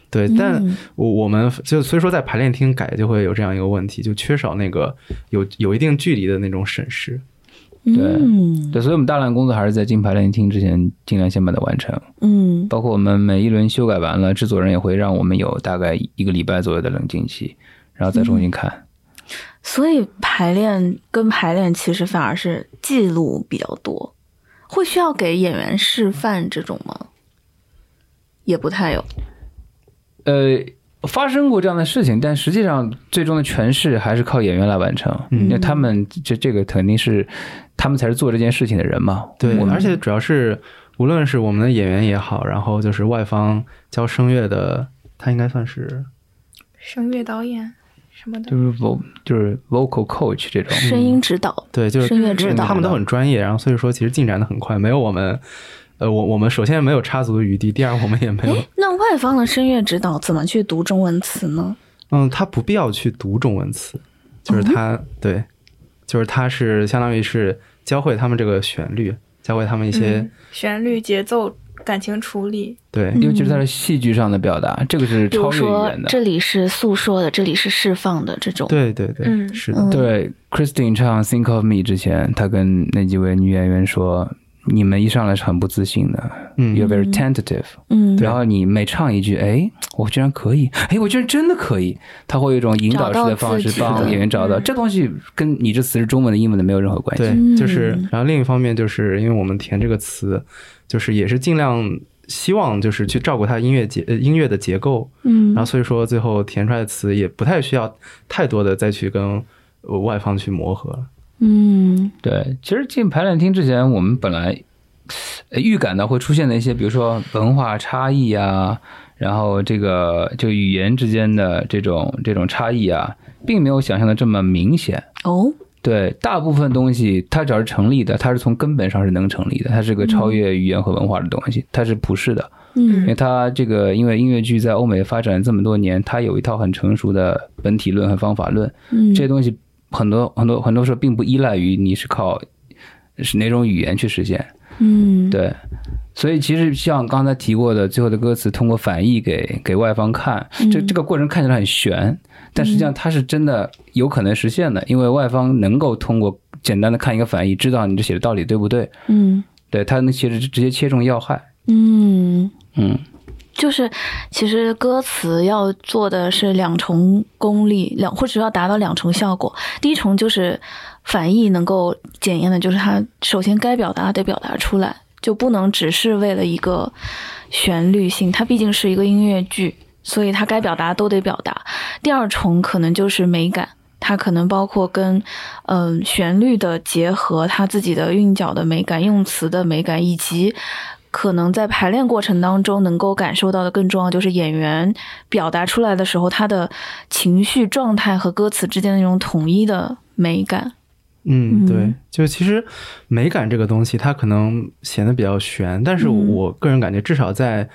C: 对，但
E: 嗯
C: 我我们就所以说在排练厅改就会有这样一个问题，就缺少那个有有一定距离的那种审视。
F: 嗯
A: 对，所以我们大量工作还是在进排练厅之前，尽量先把它完成。
F: 嗯
A: 包括我们每一轮修改完了，制作人也会让我们有大概一个礼拜左右的冷静期，然后再重新看。
E: 所以排练跟排练其实反而是记录比较多，会需要给演员示范这种吗？也不太有。
A: 呃，发生过这样的事情，但实际上最终的诠释还是靠演员来完成，
C: 嗯
A: 因为他们这这个肯定是他们才是做这件事情的人嘛。
C: 对
A: 我，
E: 嗯
A: 们
C: 而且主要是无论是我们的演员也好，然后就是外方教声乐的，他应该算是
B: 声乐导演什么的
A: 就，是 vo 就是 vocal coach 这种，
E: 声音指导，
C: 对，就是
E: 声乐指
C: 因为
E: 导
C: 他们都很专业，然后所以说其实进展的很快，没有我们，呃，我我们首先没有插足的余地，第二我们也
A: 哎
C: 没有，
E: 那外方的声乐指导怎么去读中文词呢？
C: 嗯，他不必要去读中文词，就是
B: 嗯
C: 他、对，就是他是相当于是教会他们这个旋律，教会他们一些、
B: 嗯旋律、节奏、感情处理，
C: 对，
A: 尤其是在戏剧上的表达，这个是
E: 比如
A: 超越语
E: 说
A: 言的。
E: 这里是诉说的，这里是释放的这种。
C: 对对对，
B: 嗯
C: 是的，
E: 嗯
A: 对，Christine 唱《Think of Me》之前，她跟那几位女演员说：“你们一上来是很不自信的
C: 嗯
A: ，You're very tentative。
E: 嗯，
A: 然后你每唱一句，哎，我居然可以，哎，我居然真的可以，他会有一种引导式的方式
E: 找到自己的
A: 帮演员找到
B: 嗯
A: 这东西，跟你这词是中文的、英文的没有任何关系。
C: 对，就是，然后另一方面就是因为我们填这个词，就是也是尽量希望就是去照顾它音乐结呃音乐的结构，
E: 嗯
C: 然后所以说最后填出来的词也不太需要太多的再去跟呃外方去磨合了。
E: 嗯
A: 对，其实进排练厅之前，我们本来呃预感到会出现的一些，比如说文化差异啊，然后这个就语言之间的这种这种差异啊，并没有想象的这么明显。
E: 哦，
A: 对，大部分东西它只要是成立的，它是从根本上是能成立的，它是个超越语言和文化的东西，它是普世的。因
E: 嗯
A: 为它这个因为音乐剧在欧美发展这么多年，它有一套很成熟的本体论和方法论，
E: 嗯，
A: 这些东西很多很多很多时候并不依赖于你是靠是哪种语言去实现，
E: 嗯
A: 对。所以其实像刚才提过的，最后的歌词通过反译给给外方看，这
E: 嗯
A: 这个过程看起来很悬，但实际上它是真的有可能实现的，因为外方能够通过简单的看一个反译，知道你这写的到底对不对，
E: 嗯
A: 对，他能其实直接切中要害，
E: 嗯。
A: 嗯，
E: 就是，其实歌词要做的是两重功力，两或者要达到两重效果。第一重就是反义能够检验的，就是它首先该表达得表达出来，就不能只是为了一个旋律性，它毕竟是一个音乐剧，所以他该表达都得表达。第二重可能就是美感，它可能包括跟嗯、旋律的结合，他自己的韵脚的美感、用词的美感，以及可能在排练过程当中能够感受到的更重要，就是演员表达出来的时候，他的情绪状态和歌词之间的那种统一的美感。
C: 嗯，对
E: 嗯，
C: 就其实美感这个东西，它可能显得比较悬，但是
E: 嗯
C: 我个人感觉，至少在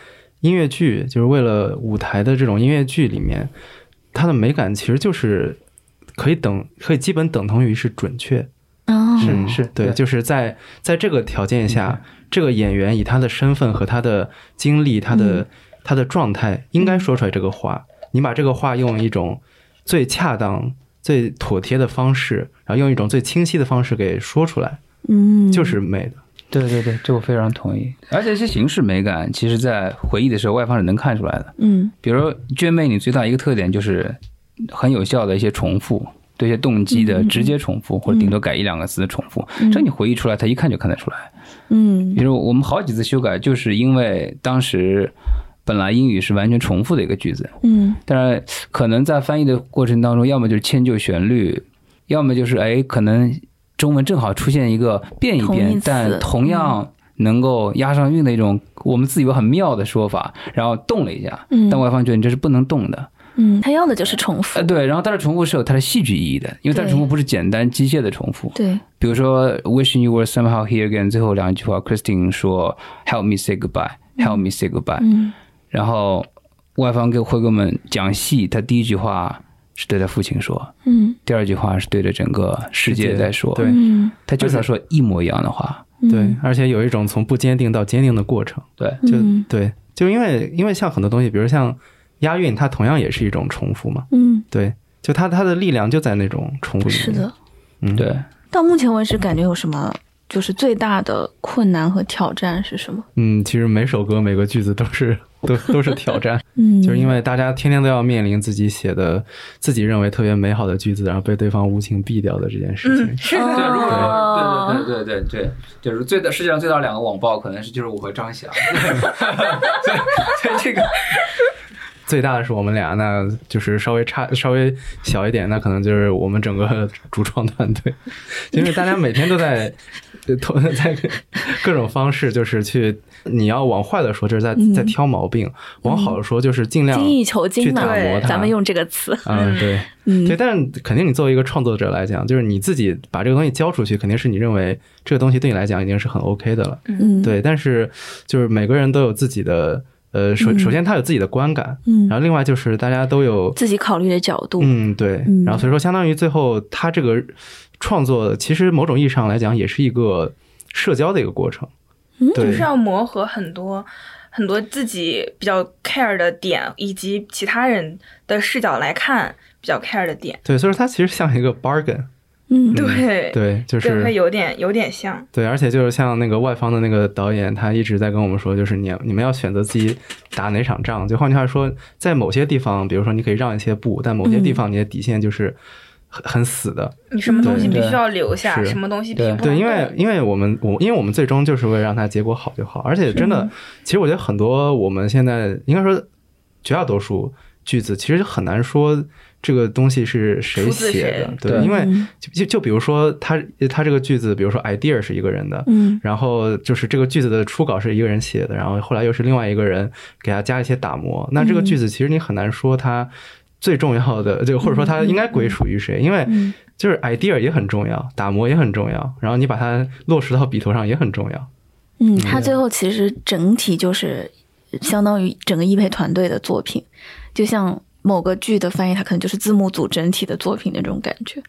C: 音乐剧，就是为了舞台的这种音乐剧里面，它的美感其实就是可以等，可以基本等同于是准确，
E: 哦
A: 嗯
C: 是对，
A: 对
C: 就是在在这个条件下，
E: 嗯
C: 这个演员以他的身份和他的经历、他
E: 嗯
C: 的、他的状态，应该说出来这个话。你把这个话用一种最恰当、最妥帖的方式，然后用一种最清晰的方式给说出来，
E: 嗯，
C: 就是美的。
A: 对对对，这我非常同意。而且是形式美感，其实在回忆的时候，外放是能看出来的。
E: 嗯
A: 比如《娟妹》，你最大一个特点就是很有效的一些重复，对一些动机的直接重复，或者顶多改一两个词的重复，这你回忆出来，他一看就看得出来。
E: 嗯
A: 比如我们好几次修改，就是因为当时本来英语是完全重复的一个句子，
E: 嗯
A: 但是可能在翻译的过程当中，要么就是迁就旋律，要么就是哎，可能中文正好出现一个变一
E: 同义
A: 变
E: 词，
A: 但同样能够押上韵的一种我们自以为很妙的说法，然后动了一下，
E: 嗯
A: 但外方觉得你这是不能动的，
E: 嗯，他要的就是重复
A: 呃，。对，然后它的重复是有它的戏剧意义的，因为它的
E: 对
A: 重复不是简单机械的重复，
E: 对，
A: 比如说 "Wishing you were somehow here again"，最后两句话，Christine 说 "Help me say goodbye"，"Help me say goodbye"，、
E: 嗯
A: 然后外方给会给我们讲戏，他第一句话是对他父亲说，
E: 嗯
A: 第二句话是对着整个世界在说，
C: 世界对
E: 嗯，
A: 他就是要说一模一样的话，
E: 嗯
C: 对，，而且有一种从不坚定到坚定的过程。
A: 对，
C: 就、
E: 嗯
C: 对，就因为因为像很多东西，比如像押韵，它同样也是一种重复嘛。
E: 嗯，
C: 对，就它它的力量就在那种重复里面。
E: 是的。
C: 嗯，
A: 对。
E: 到目前为止，感觉有什么就是最大的困难和挑战是什么？
C: 嗯，其实每首歌每个句子都是 都都是挑战，
E: 嗯，
C: 就是因为大家天天都要面临自己写的、自己认为特别美好的句子，然后被对方无情毙掉的这件事情
B: 嗯，。是
E: 哦
B: 的，
A: 对，如果
E: 哦
A: 对对对对对对，就是最大世界上最大的两个网暴，可能是就是我和 张翔，所以所以这个
C: 最大的是我们俩，那就是稍微 差、稍微小一点，那可能就是我们整个主创团队， 因为大家每天都在 呃都在各种方式，就是去你要往坏的说，就是在在挑毛病；往好的说，就是尽量
E: 嗯精益求精嘛
C: 去打磨它，
E: 咱们用这个词。
C: 嗯，对，
E: 嗯
C: 对，但肯定你作为一个创作者来讲，就是你自己把这个东西交出去，肯定是你认为这个东西对你来讲已经是很 OK 的了。
E: 嗯，，
C: 对，但是就是每个人都有自己的，呃，首
E: 嗯
C: 首先他有自己的观感，
E: 嗯
C: 然，后另外就是大家都有，
E: 自己考虑的角度。
C: 嗯，对
E: 嗯，
C: 然后所以说相当于最后他这个创作，其实某种意义上来讲也是一个社交的一个过程。
E: 嗯
C: 对
B: 就是要磨合很多很多自己比较 care 的点，以及其他人的视角来看比较 care 的点。
C: 对，所以说它其实像一个 bargain，
E: 嗯，
B: 对，
C: 对，就
B: 对，会
C: 是
B: 有点有点像。
C: 对，而且就是像那个外方的那个导演，他一直在跟我们说，就是你你们要选择自己打哪场仗。就换句话说，在某些地方，比如说你可以让一些步，但某些地
E: 嗯
C: 方你的底线就是很很死的。
B: 你什么东西
A: 对
B: 必
A: 对
B: 须要留下，
C: 是
B: 什么东西必须
A: 对
B: 不能
C: 对，因为
B: 动
C: 因为我们我因为我们最终就是为了让它结果好就好，而且真的，其实我觉得很多我们现在应该说绝大多数句子其实很难说这个东西是谁
B: 出自
C: 写
B: 谁
C: 的，对，
A: 对
C: 因为
E: 嗯
C: 就就就比如说他他这个句子，比如说 idea 是一个人的。
E: 嗯
C: 然后就是这个句子的初稿是一个人写的，然后后来又是另外一个人给他加一些打磨。那这个
E: 嗯
C: 句子其实你很难说它最重要的，就或者说它应该归属于谁，因为
E: 嗯
C: 就是 idea 也很重要，打磨也很重要，然后你把它落实到笔头上也很重要。
E: 嗯，他最后其实整体就是相当于整个易配团队的作品，就像某个剧的翻译，它可能就是字幕组整体的作品那种感觉。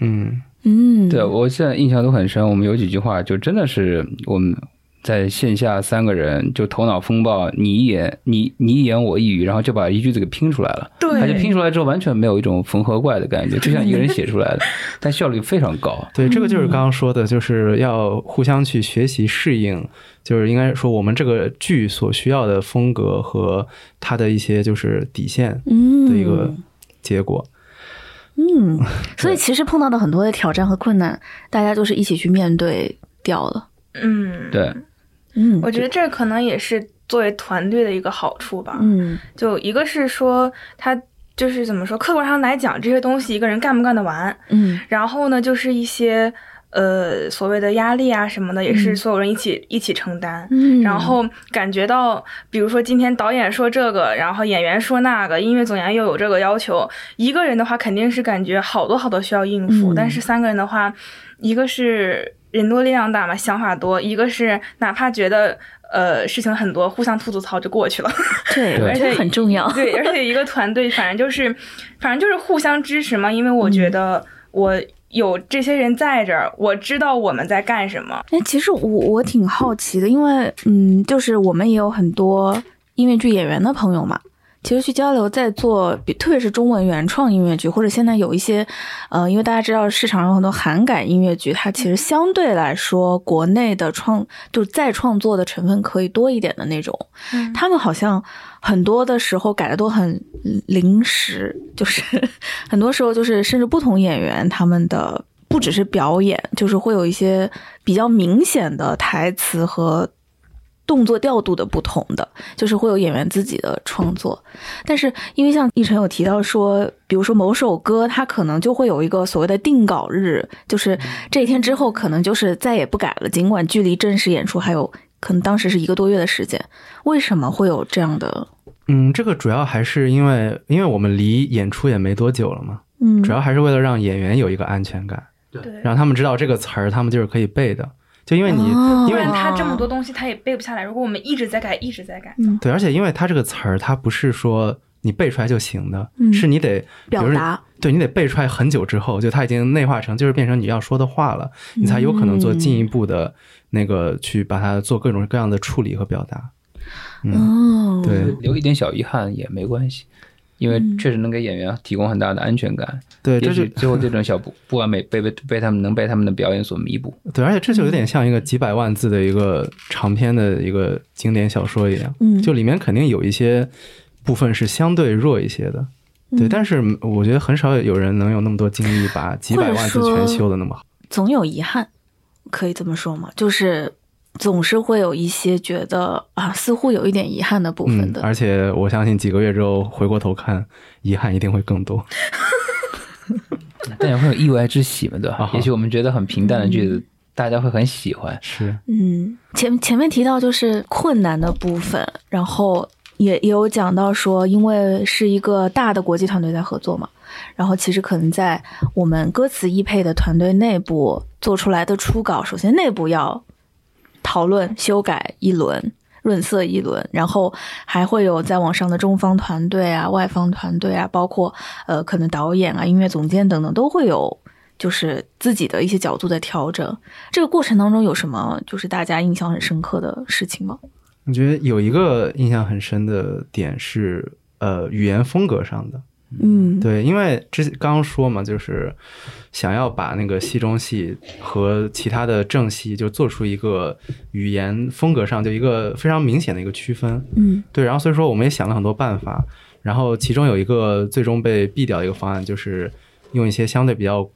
C: 嗯，
E: 嗯，
A: 对，我现在印象都很深。我们有几句话就真的是我们在线下三个人就头脑风暴，你一言你你一言我一语，然后就把一句子给拼出来了。
B: 对，
A: 而且拼出来之后完全没有一种缝合怪的感觉，就像一个人写出 来的，但效率非常高。
C: 对，这个
E: 嗯
C: 就是刚刚说的，就是要互相去学习适应，就是应该说我们这个剧所需要的风格和它的一些就是底线
E: 嗯
C: 的一个结果。
E: 嗯，所以其实碰到的很多的挑战和困难，大家就是一起去面对掉了。
B: 嗯，
A: 对，
E: 嗯，
B: 我觉得这可能也是作为团队的一个好处吧。
E: 嗯
B: 就一个是说他就是怎么说，客观上来讲，这些东西一个人干不干得完，
E: 嗯
B: 然后呢，就是一些呃所谓的压力啊什么的，也是所有人一起、一起承担。
E: 嗯
B: 然后感觉到，比如说今天导演说这个，然后演员说那个，音乐总监又有这个要求。一个人的话，肯定是感觉好多好多需要应付，
E: 嗯
B: 但是三个人的话，一个是人多力量大嘛，想法多；一个是哪怕觉得呃事情很多，互相吐吐槽就过去了。
G: 对，
A: 对
G: 我觉得很重要。
B: 对，而且一个团队，反正就是，反正就是互相支持嘛。因为我
E: 嗯
B: 觉得我有这些人在这儿，我知道我们在干什么。
E: 哎，其实我我挺好奇的，因为嗯，就是我们也有很多音乐剧演员的朋友嘛。其实去交流，在做，比特别是中文原创音乐剧，或者现在有一些，呃，因为大家知道市场上有很多韩改音乐剧，它其实相对来说，国内的创就是再创作的成分可以多一点的那种。
B: 嗯
E: 他们好像很多的时候改的都很临时，就是 很多时候就是甚至不同演员他们的不只是表演，就是会有一些比较明显的台词和动作调度的不同的，就是会有演员自己的创作。但是因为像一晨有提到说，比如说某首歌，它可能就会有一个所谓的定稿日，就是这一天之后可能就是再也不改了，尽管距离正式演出还有可能当时是一个多月的时间。为什么会有这样的？
C: 嗯，这个主要还是因为，因为我们离演出也没多久了嘛，
E: 嗯，
C: 主要还是为了让演员有一个安全感，
B: 对，
C: 让他们知道这个词儿，他们就是可以背的。就因为你，
E: 哦
C: 因
B: 不
C: 为
B: 然他这么多东西他也背不下来。如果我们一直在改，一直在改，
C: 对，而且因为它这个词儿，它不是说你背出来就行的，
E: 嗯
C: 是你得比如
E: 表
C: 说
E: 达
C: 对你得背出来很久之后，就它已经内化成就是变成你要说的话了，你才有可能做进一步的那个去把它做各种各样的处理和表达。
E: 哦，
C: 嗯对
A: 留一点小遗憾也没关系，因为
E: 嗯
A: 确实能给演员提供很大的安全感。
C: 对，
A: 也
C: 这
A: 许
C: 是
A: 最后这种小不不完美被被被他们能被他们的表演所弥补。
C: 对，而且这就有点像一个几百万字的一个长篇的一个经典小说一样，
E: 嗯
C: 就里面肯定有一些部分是相对弱一些的，
E: 嗯
C: 对，但是我觉得很少有人能有那么多精力把几百万字
E: 或者说
C: 全修的那么好。
E: 总有遗憾，可以这么说吗？就是总是会有一些觉得啊，似乎有一点遗憾的部分
C: 嗯，
E: 的。
C: 而且我相信几个月之后回过头看，遗憾一定会更 多。
A: 但也会有意外之喜嘛，对吧嗯
C: 啊？
A: 也许我们觉得很平淡的句子，大家会很喜欢。
C: 是，
E: 嗯，前前面提到就是困难的部分，然后也也有讲到说，因为是一个大的国际团队在合作嘛，然后其实可能在我们歌词易配的团队内部做出来的初稿，首先内部要讨论、修改一轮。润色一轮，然后还会有在网上的中方团队啊、外方团队啊，包括呃，可能导演啊、音乐总监等等，都会有就是自己的一些角度的调整。这个过程当中有什么就是大家印象很深刻的事情吗？
C: 我觉得有一个印象很深的点是，呃，语言风格上的。
E: 嗯，
C: 对，因为之前刚刚说嘛，就是想要把那个戏中戏和其他的正戏就做出一个语言风格上就一个非常明显的一个区分。
E: 嗯
C: 对，然后所以说我们也想了很多办法，然后其中有一个最终被毙掉的一个方案，就是用一些相对比较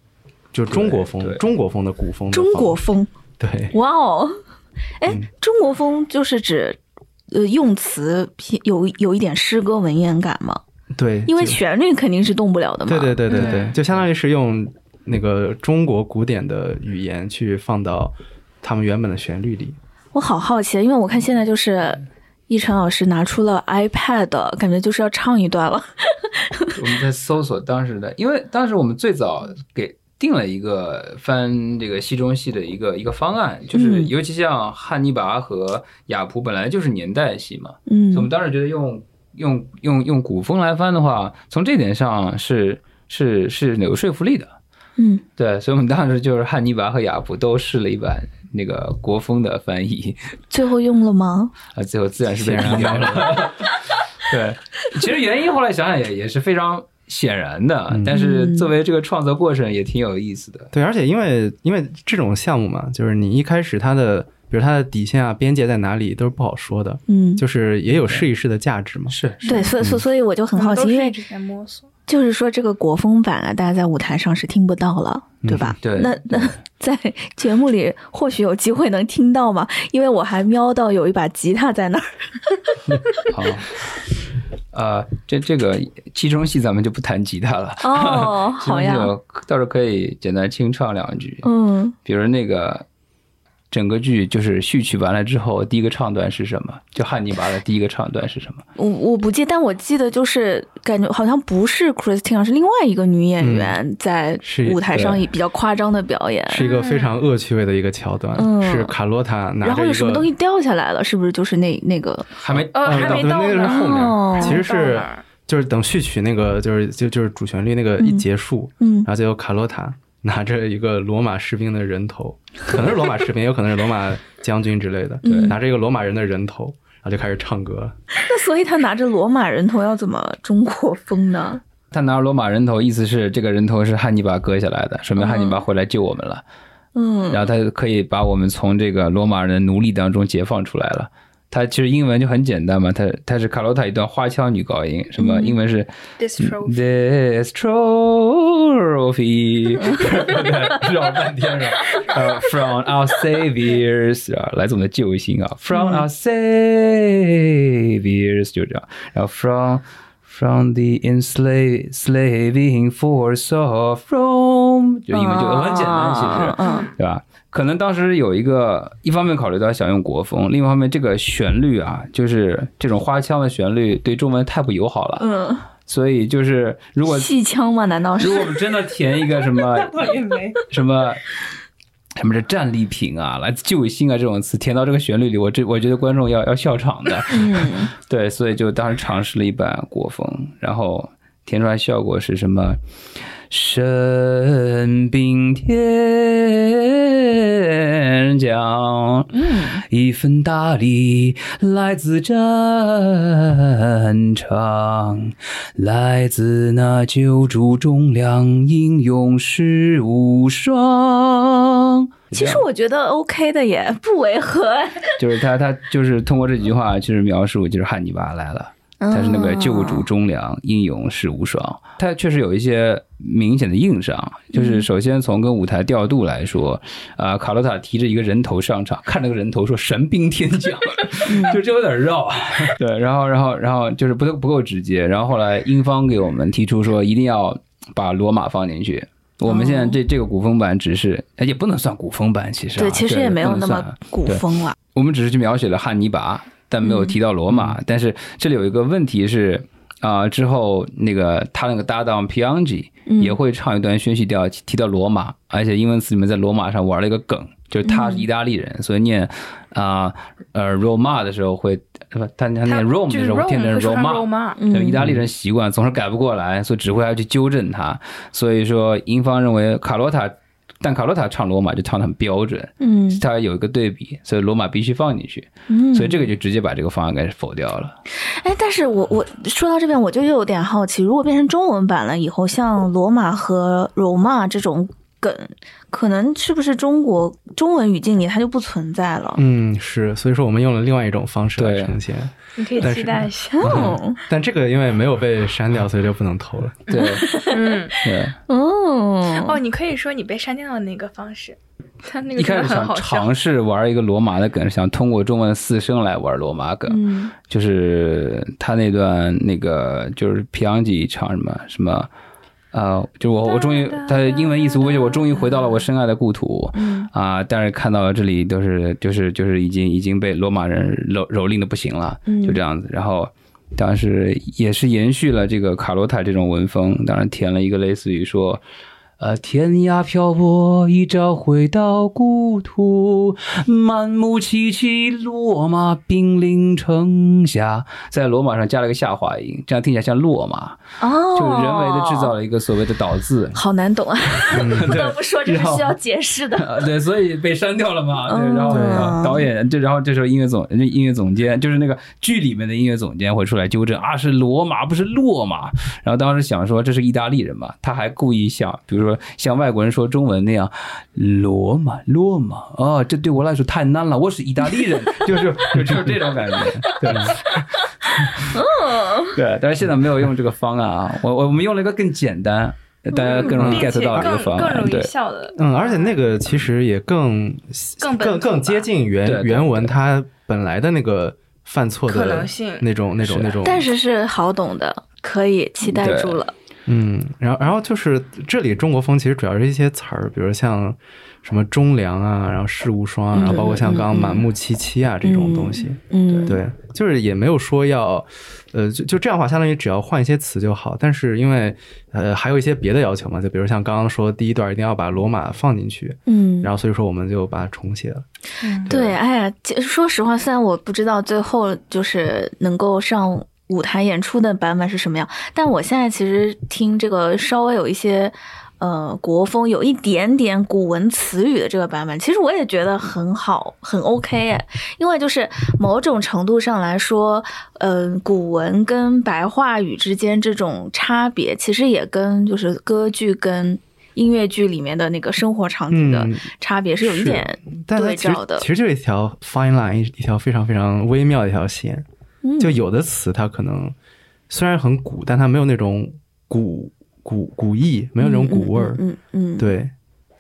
C: 就是中国风
A: 对对、
C: 中国风的古风的
E: 中国
C: 方
E: 风，
C: 对
E: 哇哦，哎
C: 嗯，
E: 中国风就是指呃用词偏有有一点诗歌文言感嘛，
C: 对，
E: 因为
C: 就
E: 旋律肯定是动不了的嘛。
C: 对对对对对
B: 嗯，
C: 就相当于是用那个中国古典的语言去放到他们原本的旋律里。
E: 我好好奇，因为我看现在就是。一晨老师拿出了 iPad，感觉就是要唱一段了。
A: 我们在搜索当时的，因为当时我们最早给定了一个翻这个戏中戏的一个一个方案，就是
E: 嗯
A: 尤其像汉尼拔和雅普本来就是年代戏嘛，所以我们
E: 嗯
A: 当时觉得用用用用古风来翻的话，从这点上是是是有说服力的。
E: 嗯，
A: 对，所以我们当时就是汉尼拔和雅普都试了一版那个国风的翻译，
E: 最后用了吗？
A: 啊，最后自然是被毙掉 了。对，其实原因后来想想也也是非常显然的
C: 嗯，
A: 但是作为这个创作过程也挺有意思的。
C: 对，而且因为因为这种项目嘛，就是你一开始它的，比如它的底线啊、边界在哪里都是不好说的，
E: 嗯，
C: 就是嗯也有试一试的价值嘛。
A: 是，
E: 对，所以所以所以我就很好
B: 我们
E: 奇，
B: 都
E: 因
B: 是
E: 为
B: 一直在摸索。
E: 就是说，这个国风版啊，大家在舞台上是听不到了，
G: 对
C: 嗯
G: 吧？
A: 对
G: 那那在节目里或许有机会能听到嘛，因为我还瞄到有一把吉他在那 儿。
A: 好，呃，这这个其中戏咱们就不谈吉他了。
G: 哦，
A: 其中
G: 好
A: 戏
G: 呀，
A: 我到时候可以简单清唱两句。
G: 嗯，
A: 比如那个整个剧就是序曲完了之后，第一个唱段是什么？就汉尼拔的第一个唱段是什么？
G: 我我不记，但我记得就是感觉好像不是 Christine，是另外一个女演
A: 嗯
G: 员在
C: 是
G: 舞台上
A: 对
G: 也比较夸张的表演，
C: 是一个非常恶趣味的一个桥段，
G: 嗯
C: 是卡洛塔拿
G: 然后
C: 着一
G: 有什么东西哦
C: 个，
G: 掉下来了，是不是就是那那个？
A: 还没
B: 呃，还没
C: 等
B: 到
C: 那个是后
B: 呢。
C: 面，
G: 哦
C: 其实
B: 还没到
C: 是
B: 那儿
C: 就是等序曲那个就是就就是主旋律那个一结束，
G: 嗯
C: 然，
A: 啊
C: 后就有卡洛塔拿着一个罗马士兵的人 头，可能是罗马士兵，也有可能是罗马将军之类的，
G: 嗯
C: 拿着一个罗马人的人头，然后就开始唱歌了。
G: 那所以他拿着罗马人头要怎么中国风呢？
A: 他拿罗马人头，意思是这个人头是汉尼拔割下来的，说明汉尼拔回来救我们了，
G: 嗯，
A: 然后他可以把我们从这个罗马人的奴隶当中解放出来了。他其实英文就很简单嘛，他他是卡洛塔一段花腔女高音，什么英文是
B: distro
A: this trophy，绕半天了。呃，from our saviors 啊，来自我们的救星啊，from our saviors 就这样，然后 from from the enslaved slaving force of Rome 就英文就哦很简单，其
E: 啊
A: 实。
G: 嗯
A: 对吧？可能当时有一个，一方面考虑到想用国风，另一方面这个旋律啊，就是这种花腔的旋律对中文太不友好了，
G: 嗯，
A: 所以就是如 果
G: 嗯戏腔嘛，难道
A: 如果我
G: 是？
A: 们真的填一个什么
B: 韵梅，
A: 什么什么这战利品啊、来自救星啊这种词填到这个旋律里，我这我觉得观众要要笑场的。
G: 嗯
A: 对，所以就当时尝试了一版国风，然后填出来效果是什么？神兵天降，一份大礼来自战场，来自那救主忠良，英勇是无双。
G: 其实我觉得 OK 的耶，不违和。
A: 就是他，他就是通过这几句话，就是描述，就是汉尼拔来了，他是那
G: 嗯
A: 个救
G: 哦
A: 主忠良，英勇是无双。他确实有一些明显的硬伤，就是首先从跟舞台调度来说，
G: 嗯
A: 啊、卡洛塔提着一个人头上场，看那个人头说神兵天降，
G: 嗯
A: 就这有点 绕。对，然后，然后，然后就是不不够直接。然后后来英方给我们提出说，一定要把罗马放进去。我们现在这这个古风版只是，哎也不能算古风版，其实、啊、
G: 对，其实也没有
A: 不能
G: 那
A: 算
G: 么古
A: 对
G: 风了。
A: 我们只是去描写了汉尼拔，但没有提到罗
B: 嗯
A: 马。但是这里有一个问题是，啊、之后那个他那个搭档 Piangi
G: 嗯
A: 也会唱一段宣叙调，提到罗马，而且英文词里面在罗马上玩了一个梗，就是
B: 嗯
A: 他是意大利人，所以念啊呃 Roma 的时候会，呃不他他
B: 他
A: 念 Rome
B: 就
A: 的
B: 是
A: 时候会
B: Rome
A: 念成
B: 会说他 Roma
G: 嗯
A: 对，意大利人习惯总是改不过来，所以只会要去纠正他。所以说，英方认为卡洛塔，但卡洛塔唱罗马就唱的很标准，
G: 嗯
A: 它有一个对比，所以罗马必须放进去，
G: 嗯，
A: 所以这个就直接把这个方案给否掉了。
G: 哎，但是我我说到这边，我就又有点好奇，如果变成中文版了以后，像罗马和 Roma 这种梗，可能是不是中国中文语境里它就不存在了？
C: 嗯，是，所以说我们用了另外一种方式来
A: 对
C: 呈现，
B: 你可以
C: 但是
B: 期待 一
A: 嗯
B: 下。
G: 哦
C: 但这个因为没有被删掉，所以就不能投了。
A: 对
B: 嗯，
A: 对，
G: 哦
B: 哦，你可以说你被删掉的那个方式，他那个
A: 一开
B: 真
A: 始
B: 的
A: 想
B: 很好笑。
A: 尝试玩一个罗马的梗，想通过中文四声来玩罗马梗，
G: 嗯
A: 就是他那段那个就是皮昂吉唱什么什么。呃，就我我终于，他英文意思无非就是我终于回到了我深爱的故土，
G: 嗯
A: 啊、但是看到这里都是就是就是已经已经被罗马人蹂蹂躏的不行了，
G: 嗯
A: 就这样子。然后当时也是延续了这个卡罗塔这种文风，当然填了一个类似于说。呃，天涯漂泊，一朝回到故土。满目凄凄，落马兵临城下。在罗马上加了个下滑音，这样听起来像落马，
G: 哦，
A: 就是人为的制造嗯了一个所谓的倒字。
G: 好难懂啊！不得不说，这是
A: 然后
G: 需要解释 的。
A: 呃，对，所以被删掉了嘛。
G: 嗯
A: 对，啊然后导演就，然后这时候音乐总音乐总监就是那个剧里面的音乐总监会出来纠正啊，是罗马不是洛马。然后当时想说这是意大利人嘛，他还故意想，比如说像外国人说中文那样，罗马罗马啊，这对我来说太 难了，我是意大利人，就是就就是这种感觉。对，对，但是现在没有用这个方案啊，我我我们用了一个更简单。大家更容易
B: 嗯并且
A: get 到这个
B: 更
A: 方
B: 更
A: 案，
B: 容易
A: 对。
B: 笑的，
C: 嗯，而且那个其实也更
B: 更本土
C: 更更
B: 吧
C: 接
A: 对
C: 近原
A: 对对
C: 原文它本来的那个犯错
B: 可
C: 的
B: 能性
C: 那种那种
A: 是
C: 那种，
E: 但是是好懂的，可以期待住了。
C: 嗯，然后然后就是这里中国风其实主要是一些词儿，比如像什么忠良啊，然后世无双啊，然后包括像刚刚满目凄凄啊这种东西，
E: 嗯，
C: 对，就是也没有说要，呃，就就这样的话，相当于只要换一些词就好。但是因为呃还有一些别的要求嘛，就比如像刚刚说第一段一定要把罗马放进去，
E: 嗯，
C: 然后所以说我们就把它重写了。
E: 对，哎呀，其实说实话，虽然我不知道最后就是能够上舞台演出的版本是什么样，但我现在其实听这个稍微有一些。呃，国风有一点点古文词语的这个版本，其实我也觉得很好，很 OK 哎，因为就是某种程度上来说，嗯、古文跟白话语之间这种差别，其实也跟就是歌剧跟音乐剧里面的那个生活场景的
C: 嗯
E: 差别是有一
C: 是
E: 点
C: 但它
E: 对
C: 其实
E: 照的
C: 其实就是一条 fine line，一一条非常非常微妙的一条线。
E: 嗯
C: 就有的词它可能虽然很古，但它没有那种古古古意，没有那种古味儿。
E: 嗯嗯，嗯，
C: 对，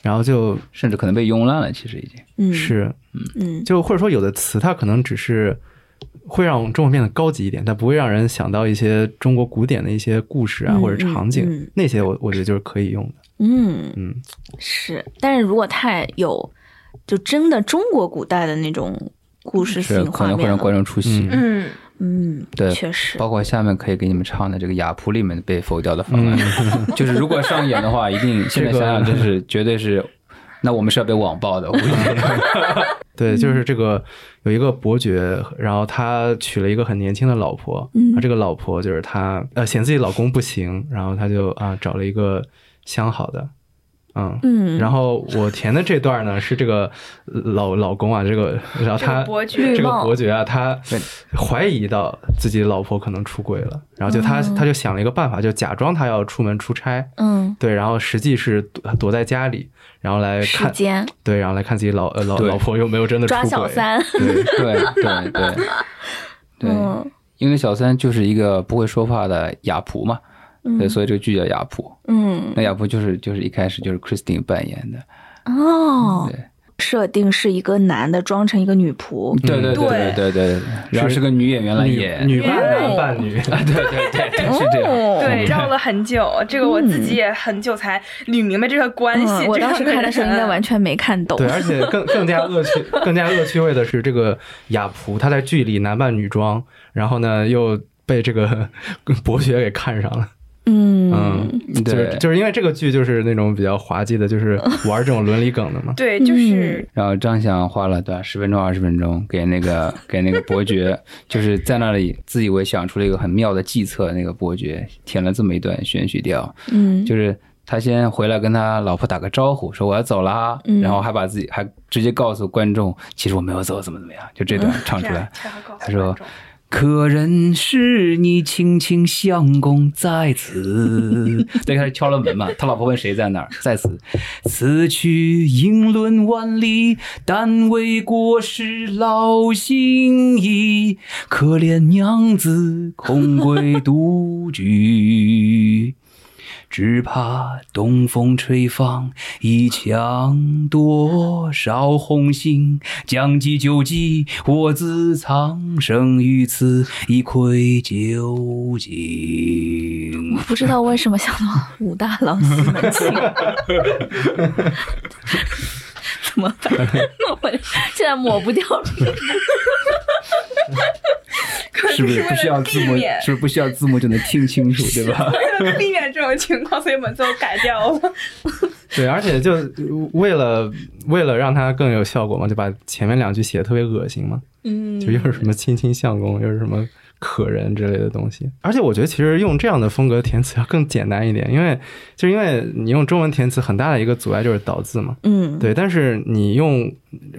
C: 然后就
A: 甚至可能被慵烂了，其实已经。
E: 嗯，
C: 是
E: 嗯，
C: 就或者说有的词它可能只是会让中文变得高级一点，但不会让人想到一些中国古典的一些故事啊、
E: 嗯
C: 或者场景，
E: 嗯嗯
C: 那些我我觉得就是可以用的。
E: 嗯
C: 嗯，
E: 是，但是如果太有就真的中国古代的那种故事
A: 是
E: 性
A: 可
E: 画
A: 能会
E: 面
A: 让观
E: 了，
A: 众出戏。
C: 嗯
B: 嗯，
E: 嗯，
A: 对
E: 确实，
A: 包括下面可以给你们唱的这个雅谱里面被否掉的方案， 就是如果上演的话，一定现在想想真是绝对是，那我们是要被网暴的，我估计
C: 对，就是这个有一个伯爵，然后他娶了一个很年轻的老婆，
E: 嗯
C: 然后这个老婆就是他呃嫌自己老公不行，然后他就啊找了一个相好的，嗯。
E: 嗯，
C: 然后我填的这段呢是这个老老公啊，这个然后
B: 这个
C: 他
B: 伯爵
C: 这个
E: 帽
C: 伯爵啊，他
A: 对
C: 怀疑到自己老婆可能出轨了，然后就他他就想了一个办法，就假装他要出门出差，
E: 嗯，
C: 对，然后实际是躲躲在家里，然后来
E: 时
C: 呃看
E: 间
C: 对，然后来看自己老呃老
A: 对
C: 老婆有没有真的出轨
E: 抓小三，
A: 对对对对对，
E: 嗯
A: 因为小三就是一个不会说话的雅普嘛，对，
E: 嗯
A: 所以这个剧叫雅普。
E: 嗯
A: 那雅普就是就是一开始就是 Christine 扮演的，
E: 哦
A: 对，
E: 设定是一个男的装成一个女仆，
A: 对对对对对对，然后是个女演员来演，
C: 女女扮男扮 女，
A: 啊 对对对
C: 嗯
A: 对是这样，
E: 哦
B: 对，绕了很久，这个我自己也很久才捋明白这个关系。
E: 嗯我当时看的时候应该完
B: 全。
E: 全没看懂
C: 对，，而且更更加恶趣 更加恶趣味的是，这个雅普他在剧里男扮女装，然后呢又被这个 伯爵给看上了。
E: 嗯
C: 嗯，就是
A: 对
C: 就是因为这个剧就是那种比较滑稽的， 就是玩这种伦理梗的嘛
B: 对，就是
A: 然后张翔花了对吧十分钟二十分钟给那个 给那个伯 爵，就是在那里自以为想出了一个很妙的计策，那个伯爵填了这么一段选曲调，
E: 嗯，
A: 就是他先回来跟他老婆打个招呼，说我要走了啊，
E: 嗯
A: 然后还把自己还直接告诉观众，其实我没有走，怎么怎么样，就这
E: 嗯
A: 段唱
B: 这
A: 出
B: 样
E: 啊
A: 来。
B: 这样告诉
A: 他说
B: 观众
A: 可人是你卿卿相公在此，对，开始敲了门嘛。他老婆问谁在哪儿，在此。此去经纶万里，但为国事劳心矣。可怜娘子空闺独居，只怕东风吹放一墙多少红杏。将计就计，我自藏身于此，一窥究竟。
E: 不知道为什么想到 武大郎西门庆， 怎么办？我现在抹不掉 这个。
A: 是不 是不需要字幕？
B: 为了避免
A: 是不是不需要字幕就能听清楚，对吧？
B: 为了避免这种情况，所以我们最后改掉了。
C: 对，而且就为了为了让它更有效果嘛，就把前面两句写的特别恶心嘛，
B: 嗯，
C: 就又是什么卿卿相公，又是什么可人之类的东西。而且我觉得其实用这样的风格填词要更简单一点，因为就是因为你用中文填词很大的一个阻碍就是倒字嘛。
E: 嗯，
C: 对，但是你用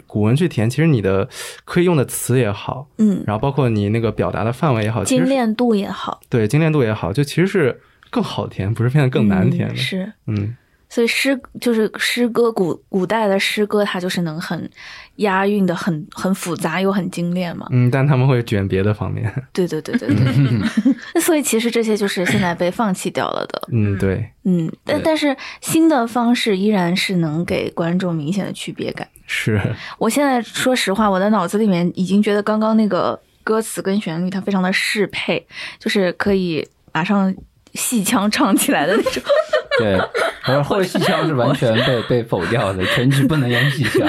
C: 古文去填，其实你的可以用的词也好，
E: 嗯，
C: 然后包括你那个表达的范围也好，其
E: 精
C: 实是
E: 炼度也好，嗯
C: 对精炼度也好，就其实是更好填，不是变得更难填
E: 嗯
C: 的。
E: 是，
C: 嗯，
E: 所以诗就是诗歌，古古代的诗歌，它就是能很押韵的很很复杂又很精炼嘛。
C: 嗯，但他们会卷别的方面。
E: 对对对对对。 那所以其实这些就是现在被放弃掉了的，
C: 嗯，对，
E: 嗯，但
A: 对
E: 但是新的方式依然是能给观众明显的区别感。
C: 是，
E: 我现在说实话，我的脑子里面已经觉得刚刚那个歌词跟旋律它非常的适配，就是可以马上戏腔唱起来的那种。
A: 对，而后戏腔是完全被被否掉的，全剧不能演戏 腔。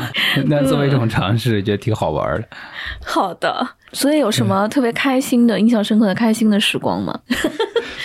A: 那作为一种尝试，觉得挺好玩的。
E: 好的，所以有什
C: 嗯
E: 么特别开心的、印象深刻的开心的时光吗？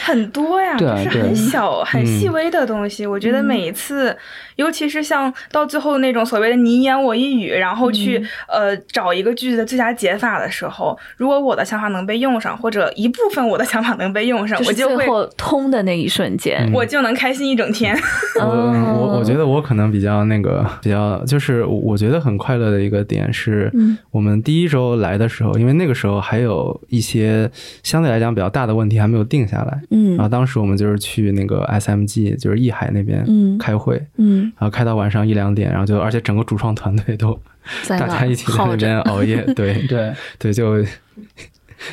B: 很多呀，
A: 对
B: 就
A: 啊
B: 是
A: 对啊
B: 很小、很细
C: 嗯
B: 微的东西。我觉得每一次，尤其是像到最后那种所谓的你一言我一语，然后去、呃找一个句子的最佳解法的时候，如果我的想法能被用上，或者一部分我的想法能被用上，
E: 就是
B: 我就
E: 最
B: 会
E: 后通的那一瞬间
C: 嗯，
B: 我就能开心一整天。
C: 我嗯我我
E: 嗯
C: 觉得我可能比较那个比较，就是我我觉得很快乐的一个点是
E: 嗯，
C: 我们第一周来的时候，因为那个时候还有一些相对来讲比较大的问题还没有定下来，然后
E: 嗯
C: 当时我们就是去那个 SMG，就是艺海那边
E: 嗯
C: 开会，
E: 嗯，
C: 然后开到晚上一两点，然后就而且整个主创团队都
E: 在
C: 大
E: 那
C: 家一起在那
E: 耗
C: 边
E: 着，
C: 熬夜，对
A: 对，
C: 对，就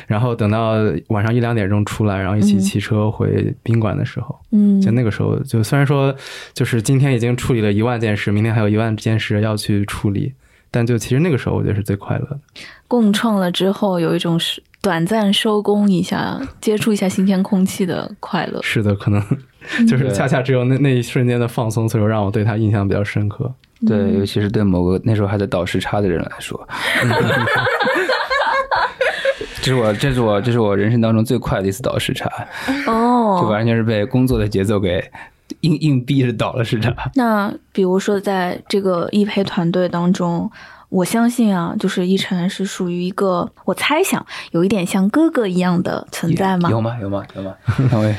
C: 然后等到晚上一两点钟出来，然后一起
E: 嗯
C: 骑车回宾馆的时候，
E: 嗯，
C: 就那个时候，就虽然说就是今天已经处理了一万件事，明天还有一万件事要去处理，但就其实那个时候我觉得是最快乐的。
E: 共创了之后，有一种是短暂收工一下，接触一下新鲜空气的快乐。
C: 是的，可能
E: 嗯
C: 就是恰恰只有那那一瞬间的放松，所以说让我对他印象比较深刻。
A: 对，
E: 嗯
A: 尤其是对某个那时候还在倒时差的人来说， 这是我这是我这是我人生当中最快的一次倒时差，就
E: 哦，
A: 完全是被工作的节奏给硬硬逼着倒了时 差。
E: 那比如说在这个易培团队当中。我相信啊，就是一晨是属于一个，我猜想有一点像哥哥一样的存在吗？
A: 有吗？有吗？有吗？两位，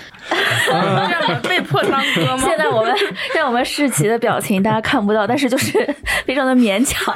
B: 这样的被迫当哥吗？
E: 现在我们现在我们世奇的表情大家看不到，但是就是 非常的勉强。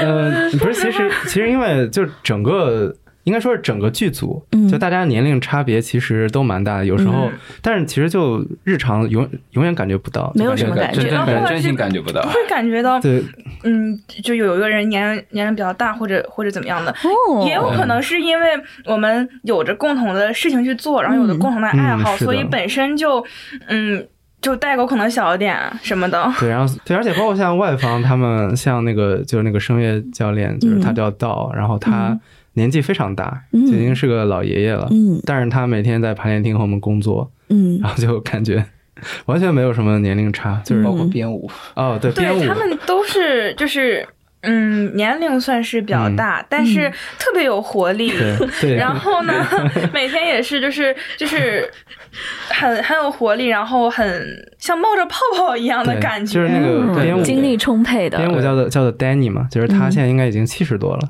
C: 呃，不是，其实其实因为就整个。应该说是整个剧组，
E: 嗯
C: 就大家年龄差别其实都蛮大的，有时候，但是其实就日常永永远感觉不到，
E: 没有
C: 就
E: 什么
C: 感觉
E: 感
A: 真
E: 觉
B: 然后
A: 真
B: 我
A: 真心
B: 是
A: 感觉不到
B: 不。会感觉到，
C: 对，
B: 嗯，就有一个人年年龄比较大，或者或者怎么样的，
E: 哦
B: 也有可能是因为我们有着共同的事情去做，然后有着共同的爱好，
C: 嗯是的
B: 所以本身就，嗯，就代沟可能小一点什么 的。
C: 对，然后对，而且包括像外方他们，像那个就是那个声乐教练，就是
B: 嗯
C: 他叫道，然后他年纪非常大，
E: 嗯
C: 就已经是个老爷爷了，
E: 嗯
C: 但是他每天在排练厅和我们工作，
E: 嗯
C: 然后就感觉完全没有什么年龄差，就是、
A: 包括编舞，
C: 哦，对，编
B: 嗯对他
C: 舞。
B: 们都是就是，嗯，年龄算是比较大，但是
E: 嗯
B: 特别有活力。
C: 嗯对对，
B: 然后 呢，每天也是就是就是很很有活力，然后很像冒着泡泡一样的
C: 对
B: 感觉。嗯
C: 就是那个
A: 呃对
C: 编
A: 对
C: 舞，
E: 嗯精力充沛的
C: 编舞叫做叫做 Danny 嘛，就是他
B: 嗯
C: 现在应该已经七十多了，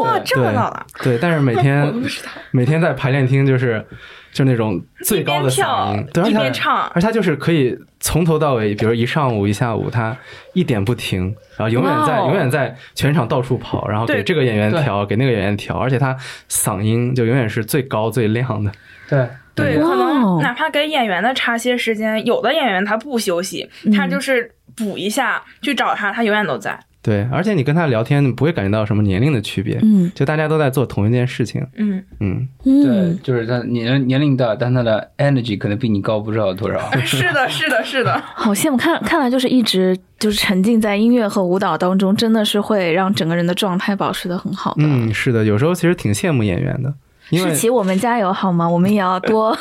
B: 哇，这么老啊了，
C: 对，但是每天每天在排练厅就是就那种最高的嗓音，对，而
B: 一
C: 且
B: 边
C: 他
B: 唱
C: 而他就是可以从头到尾，比如一上午一下午，他一点不停，然后永远在、
E: 哇哦
C: 永远在全场到处跑，然后给
B: 对
C: 这个演员
A: 对
C: 调，给那个演员调，而且他嗓音就永远是最高最亮的，
A: 对，
B: 对，
E: 哇
B: 可
E: 哦
B: 能哪怕给演员的茶歇时间，有的演员他不休息，他
E: 嗯
B: 就是补一下去找他，他永远都在。
C: 对，而且你跟他聊天，你不会感觉到什么年龄的区别，
E: 嗯
C: 就大家都在做同一件事情，
B: 嗯，
C: 嗯，
A: 对
E: 嗯，，
A: 就是他年年龄大，但他的 energy 可能比你高不知道多少。
B: 是的，是的，是的，
E: 好羡慕。看看来就是一直就是沉浸在音乐和舞蹈当中，真的是会让整个人的状态保持的很好
A: 啊
E: 的。
C: 嗯，是的，有时候其实挺羡慕演员的，因为
E: 世奇，我们加油好吗？我们也要多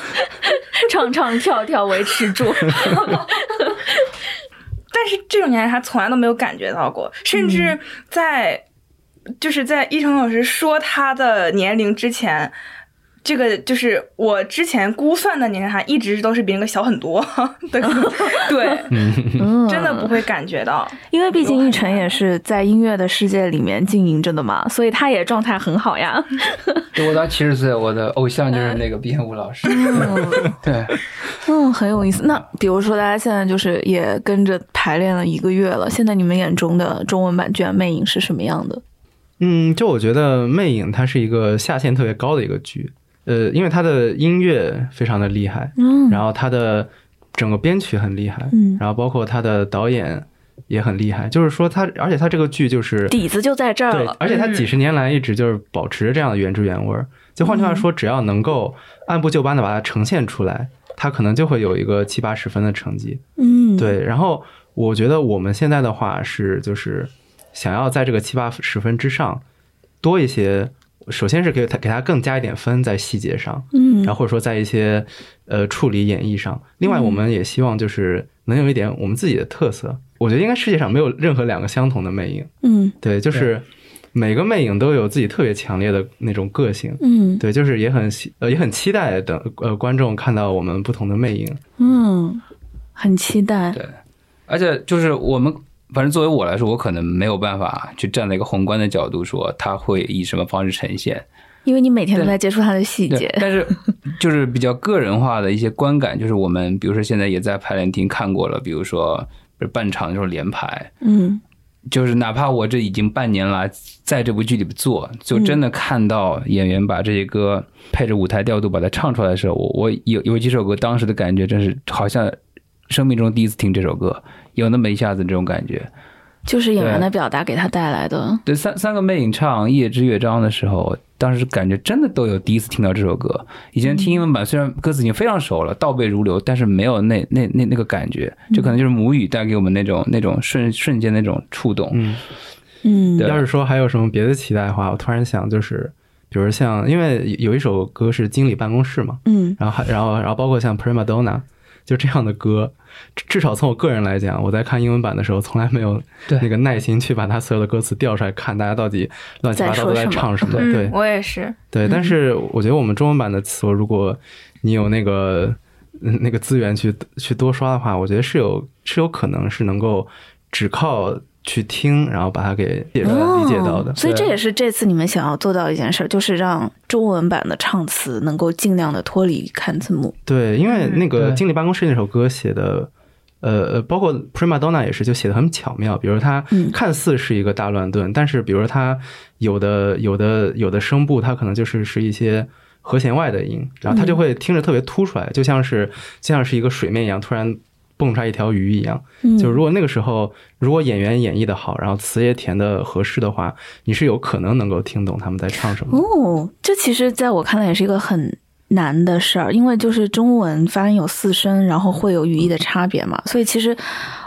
E: 唱唱跳跳维持住。
B: 但是这种年龄他从来都没有感觉到过，甚至
C: 嗯
B: 在、就是在一成老师说他的年龄之前。这个就是我之前估算的年龄，他一直都是比那个小很多， 对对，
E: 嗯，
B: 真的不会感觉到。
E: 因为毕竟一晨也是在音乐的世界里面经营着的嘛，所以他也状态很好 呀。
A: 就我到七十岁，我的偶像就是那个编舞老师。 对，
E: 嗯，很有意思。那比如说，大家现在就是也跟着排练了一个月了，现在你们眼中的中文版《卷魅影》是什么样的？
C: 嗯，就我觉得《魅影》它是一个下限特别高的一个剧，呃，因为它的音乐非常的厉害，
E: 嗯
C: 然后它的整个编曲很厉害，
E: 嗯
C: 然后包括他的导演也很厉害，就是说他，而且他这个剧就是
G: 底子就在这儿
C: 对
G: 了，。
C: 而且
E: 嗯
C: 他几十年来一直就是保持这样的原汁原味儿。就换句
E: 嗯
C: 话说，只要能够按部就班的把它呈现出来，他可能就会有一个七八十分的成绩。
E: 嗯，，
C: 对，然后我觉得我们现在的话是就是想要在这个七八十分之上多一些，首先是给他给他更加一点分在细节上，
E: 嗯，
C: 然后或者说在一些呃处理演绎上。另外，我们也希望就是能有一点我们自己的特色。我觉得应该世界上没有任何两个相同的魅影，
E: 嗯
C: 对，就是每个魅影都有自己特别强烈的那种个性。
E: 嗯
C: 对，就是也很希呃也很期待等呃观众看到我们不同的魅影。
E: 嗯，很期待，
A: 对，而且就是我们，反正作为我来说，我可能没有办法去站在一个宏观的角度说它会以什么方式呈现。
E: 因为你每天都
A: 对
E: 在接触他的细
A: 对
E: 节，，
A: 但是就是比较个人化的一些观感，就是我们比如说现在也在排练厅看过了，比如说比如半场的时候连排，
E: 嗯
A: 就是哪怕我这已经半年来在这部剧里做，就真
E: 嗯
A: 的看到演员把这些歌配着舞台调度把它唱出来的时候，我我有有几首歌当时的感觉真是好像生命中第一次听这首歌，有那么一下子这种感觉。
E: 就是演员
A: 对
E: 的表达给他带来的，
A: 对，三三个魅影唱《夜之乐章》的时候，当时感觉真的都有第一次听到这首歌。以前听英文版，虽然歌词已经非常熟了，倒背如流，但是没有那那那那个感觉，就可能就是母语带给我们那种那种瞬瞬间那种触动。
C: 嗯，
E: 嗯
A: 对
C: 要是说还有什么别的期待的话，我突然想就是，比如像因为有一首歌是《经理办公室》嘛，
E: 嗯
C: 然后还然后然后包括像 Prima Donna。就这样的歌，至至少从我个人来讲，我在看英文版的时候，从来没有
A: 对
C: 那个耐心去把它所有的歌词调出来看，大家到底乱七八糟都在
E: 在说什么
C: 唱什么。
B: 嗯，
C: 对，
B: 我也是，
C: 对，
E: 嗯
C: 但是我觉得我们中文版的词，如果你有那个嗯那个资源去去多刷的话，我觉得是有是有可能是能够只靠去听，然后把它给解出来、理解到的
E: 哦。所以
A: 对
E: 这也是这次你们想要做到一件事儿，就是让中文版的唱词能够尽量的脱离看字幕。
C: 对，因
E: 嗯
C: 为那个
A: 对
C: 《经理办公室》那首歌写的。呃，呃，包括 Prima Donna 也是，就写的很巧妙。比如它
E: 嗯
C: 看似是一个大乱炖，但是比如它有的、有的、有的声部，它可能就是是一些和弦外的音，然
E: 嗯
C: 后它就会听着特别突出来，就像是就像是一个水面一样，突然蹦出来一条鱼一样。
E: 嗯
C: 就如果那个时候，如果演员演绎的好，然后词也填的合适的话，你是有可能能够听懂他们在唱什么的。
E: 哦，这其实在我看来也是一个很难的事儿，因为就是中文发音有四声，然后会有语义的差别嘛，所以其实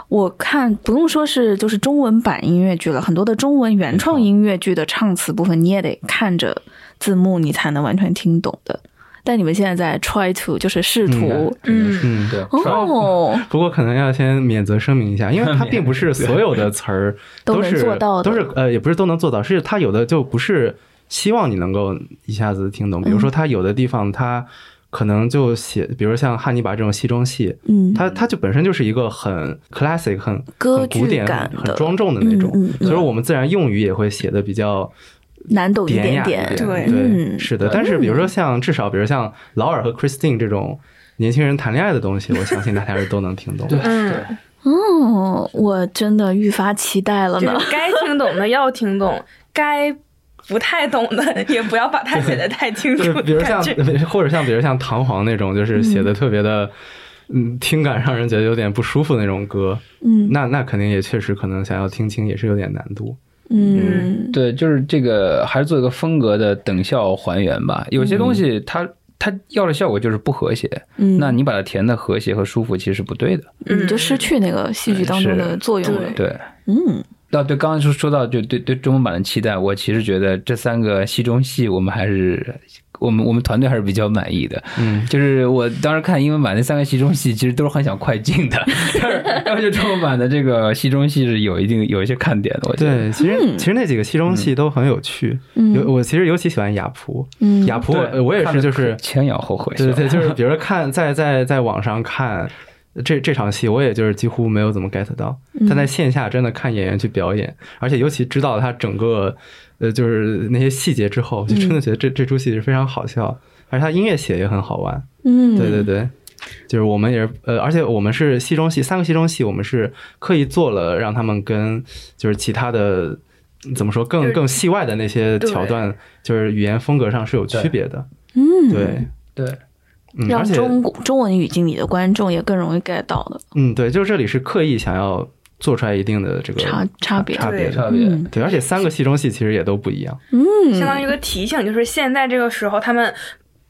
E: 我看不用说是就是中文版音乐剧了，很多的中文原创音乐剧的唱词部分，你也得看着字幕，你才能完全听懂的。但你们现在在 try to 就是试图、
B: 嗯，
C: 嗯，
A: 对，
E: 哦，
C: 不过可能要先免责声明一下，因为它并不是所有的词儿
E: 都能
C: 是
E: 做到的
C: 都是呃，也不是都能做到，是它有的就不是希望你能够一下子听
E: 嗯
C: 懂。比如说，它有的地方它可能就写，比如像《汉尼拔》这种戏中戏，
E: 嗯，
C: 它它就本身就是一个很 classic、很
E: 歌
C: 很
E: 剧
C: 古典、
E: 感
C: 很
E: 的
C: 很庄重的那种
E: 嗯嗯，嗯
C: 所以我们自然用语也会写的比较
E: 难懂一
C: 典雅
E: 点
C: 一
E: 点，
C: 对
E: 嗯
C: 是的。但是比如说像至少比如像劳尔和 Christine 这种年轻人谈恋爱的东西，我相信大家是都能听懂的。
B: 嗯，
E: 哦，我真的愈发期待了呢
B: 就。是该听懂的要听懂，该不太懂的 也不要把它写的太 清
C: 就是
B: 楚，
C: 比如
B: 感
C: 像
B: 觉，
C: 或者像比如像唐璜那种，就是写的特别的，嗯，听感让人觉得有点不舒服那种歌，
E: 嗯
C: 那那肯定也确实可能想要听清也是有点难度。
E: 嗯
A: 对，就是这个还是做一个风格的等效还原吧。有些东西它、它要的效果就是不和谐，
E: 嗯，
A: 那你把它填的和谐和舒服其实是不对的。
E: 你就失去那个戏剧当中的
A: 是
E: 作用了。
A: 对。
E: 嗯
A: 那对，刚刚说说到就对对中文版的期待，我其实觉得这三个戏中戏，我们还是我们我们团队还是比较满意的。
C: 嗯，
A: 就是我当时看英文版那三个戏中戏，其实都是很想快进的，但是但是中文版的这个戏中戏是有一定有一些看点的，我觉得。
C: 对，其实、
E: 嗯
C: 其实那几个戏中戏都很有趣，有
E: 嗯
C: 我其实尤其喜欢雅蒲，
E: 嗯，
C: 雅蒲呃
A: 对
C: 我我也
A: 看
C: 是
A: 得
C: 就是
A: 前仰后合。
C: 对对，就是比如看在在在网上看这这场戏，我也就是几乎没有怎么 get 到，
B: 嗯
C: 但在线下真的看演员去表演，而且尤其知道他整个呃就是那些细节之后，就真
B: 嗯
C: 的觉得这、这出戏是非常好笑，而且他音乐写也很好玩。
E: 嗯，
C: 对对对，就是我们也是呃，而且我们是戏中戏三个戏中戏，我们是刻意做了让他们跟就是其他的。怎么说
B: 就
C: 更
B: 是
C: 更戏外的那些
B: 对
C: 桥段，就是语言风格上是有区别的。
E: 嗯
C: 对，
A: 对
C: 嗯，
E: 让
C: 而且
E: 中国中文语境里的观众也更容易 get 到的
C: 嗯，对，就是这里是刻意想要做出来一定的这个
E: 差差别。
C: 差别的，
G: 差别。
H: 嗯
C: 对，而且三个戏中戏其实也都不一样，
E: 嗯，
B: 相当于一个提醒，就是现在这个时候，他们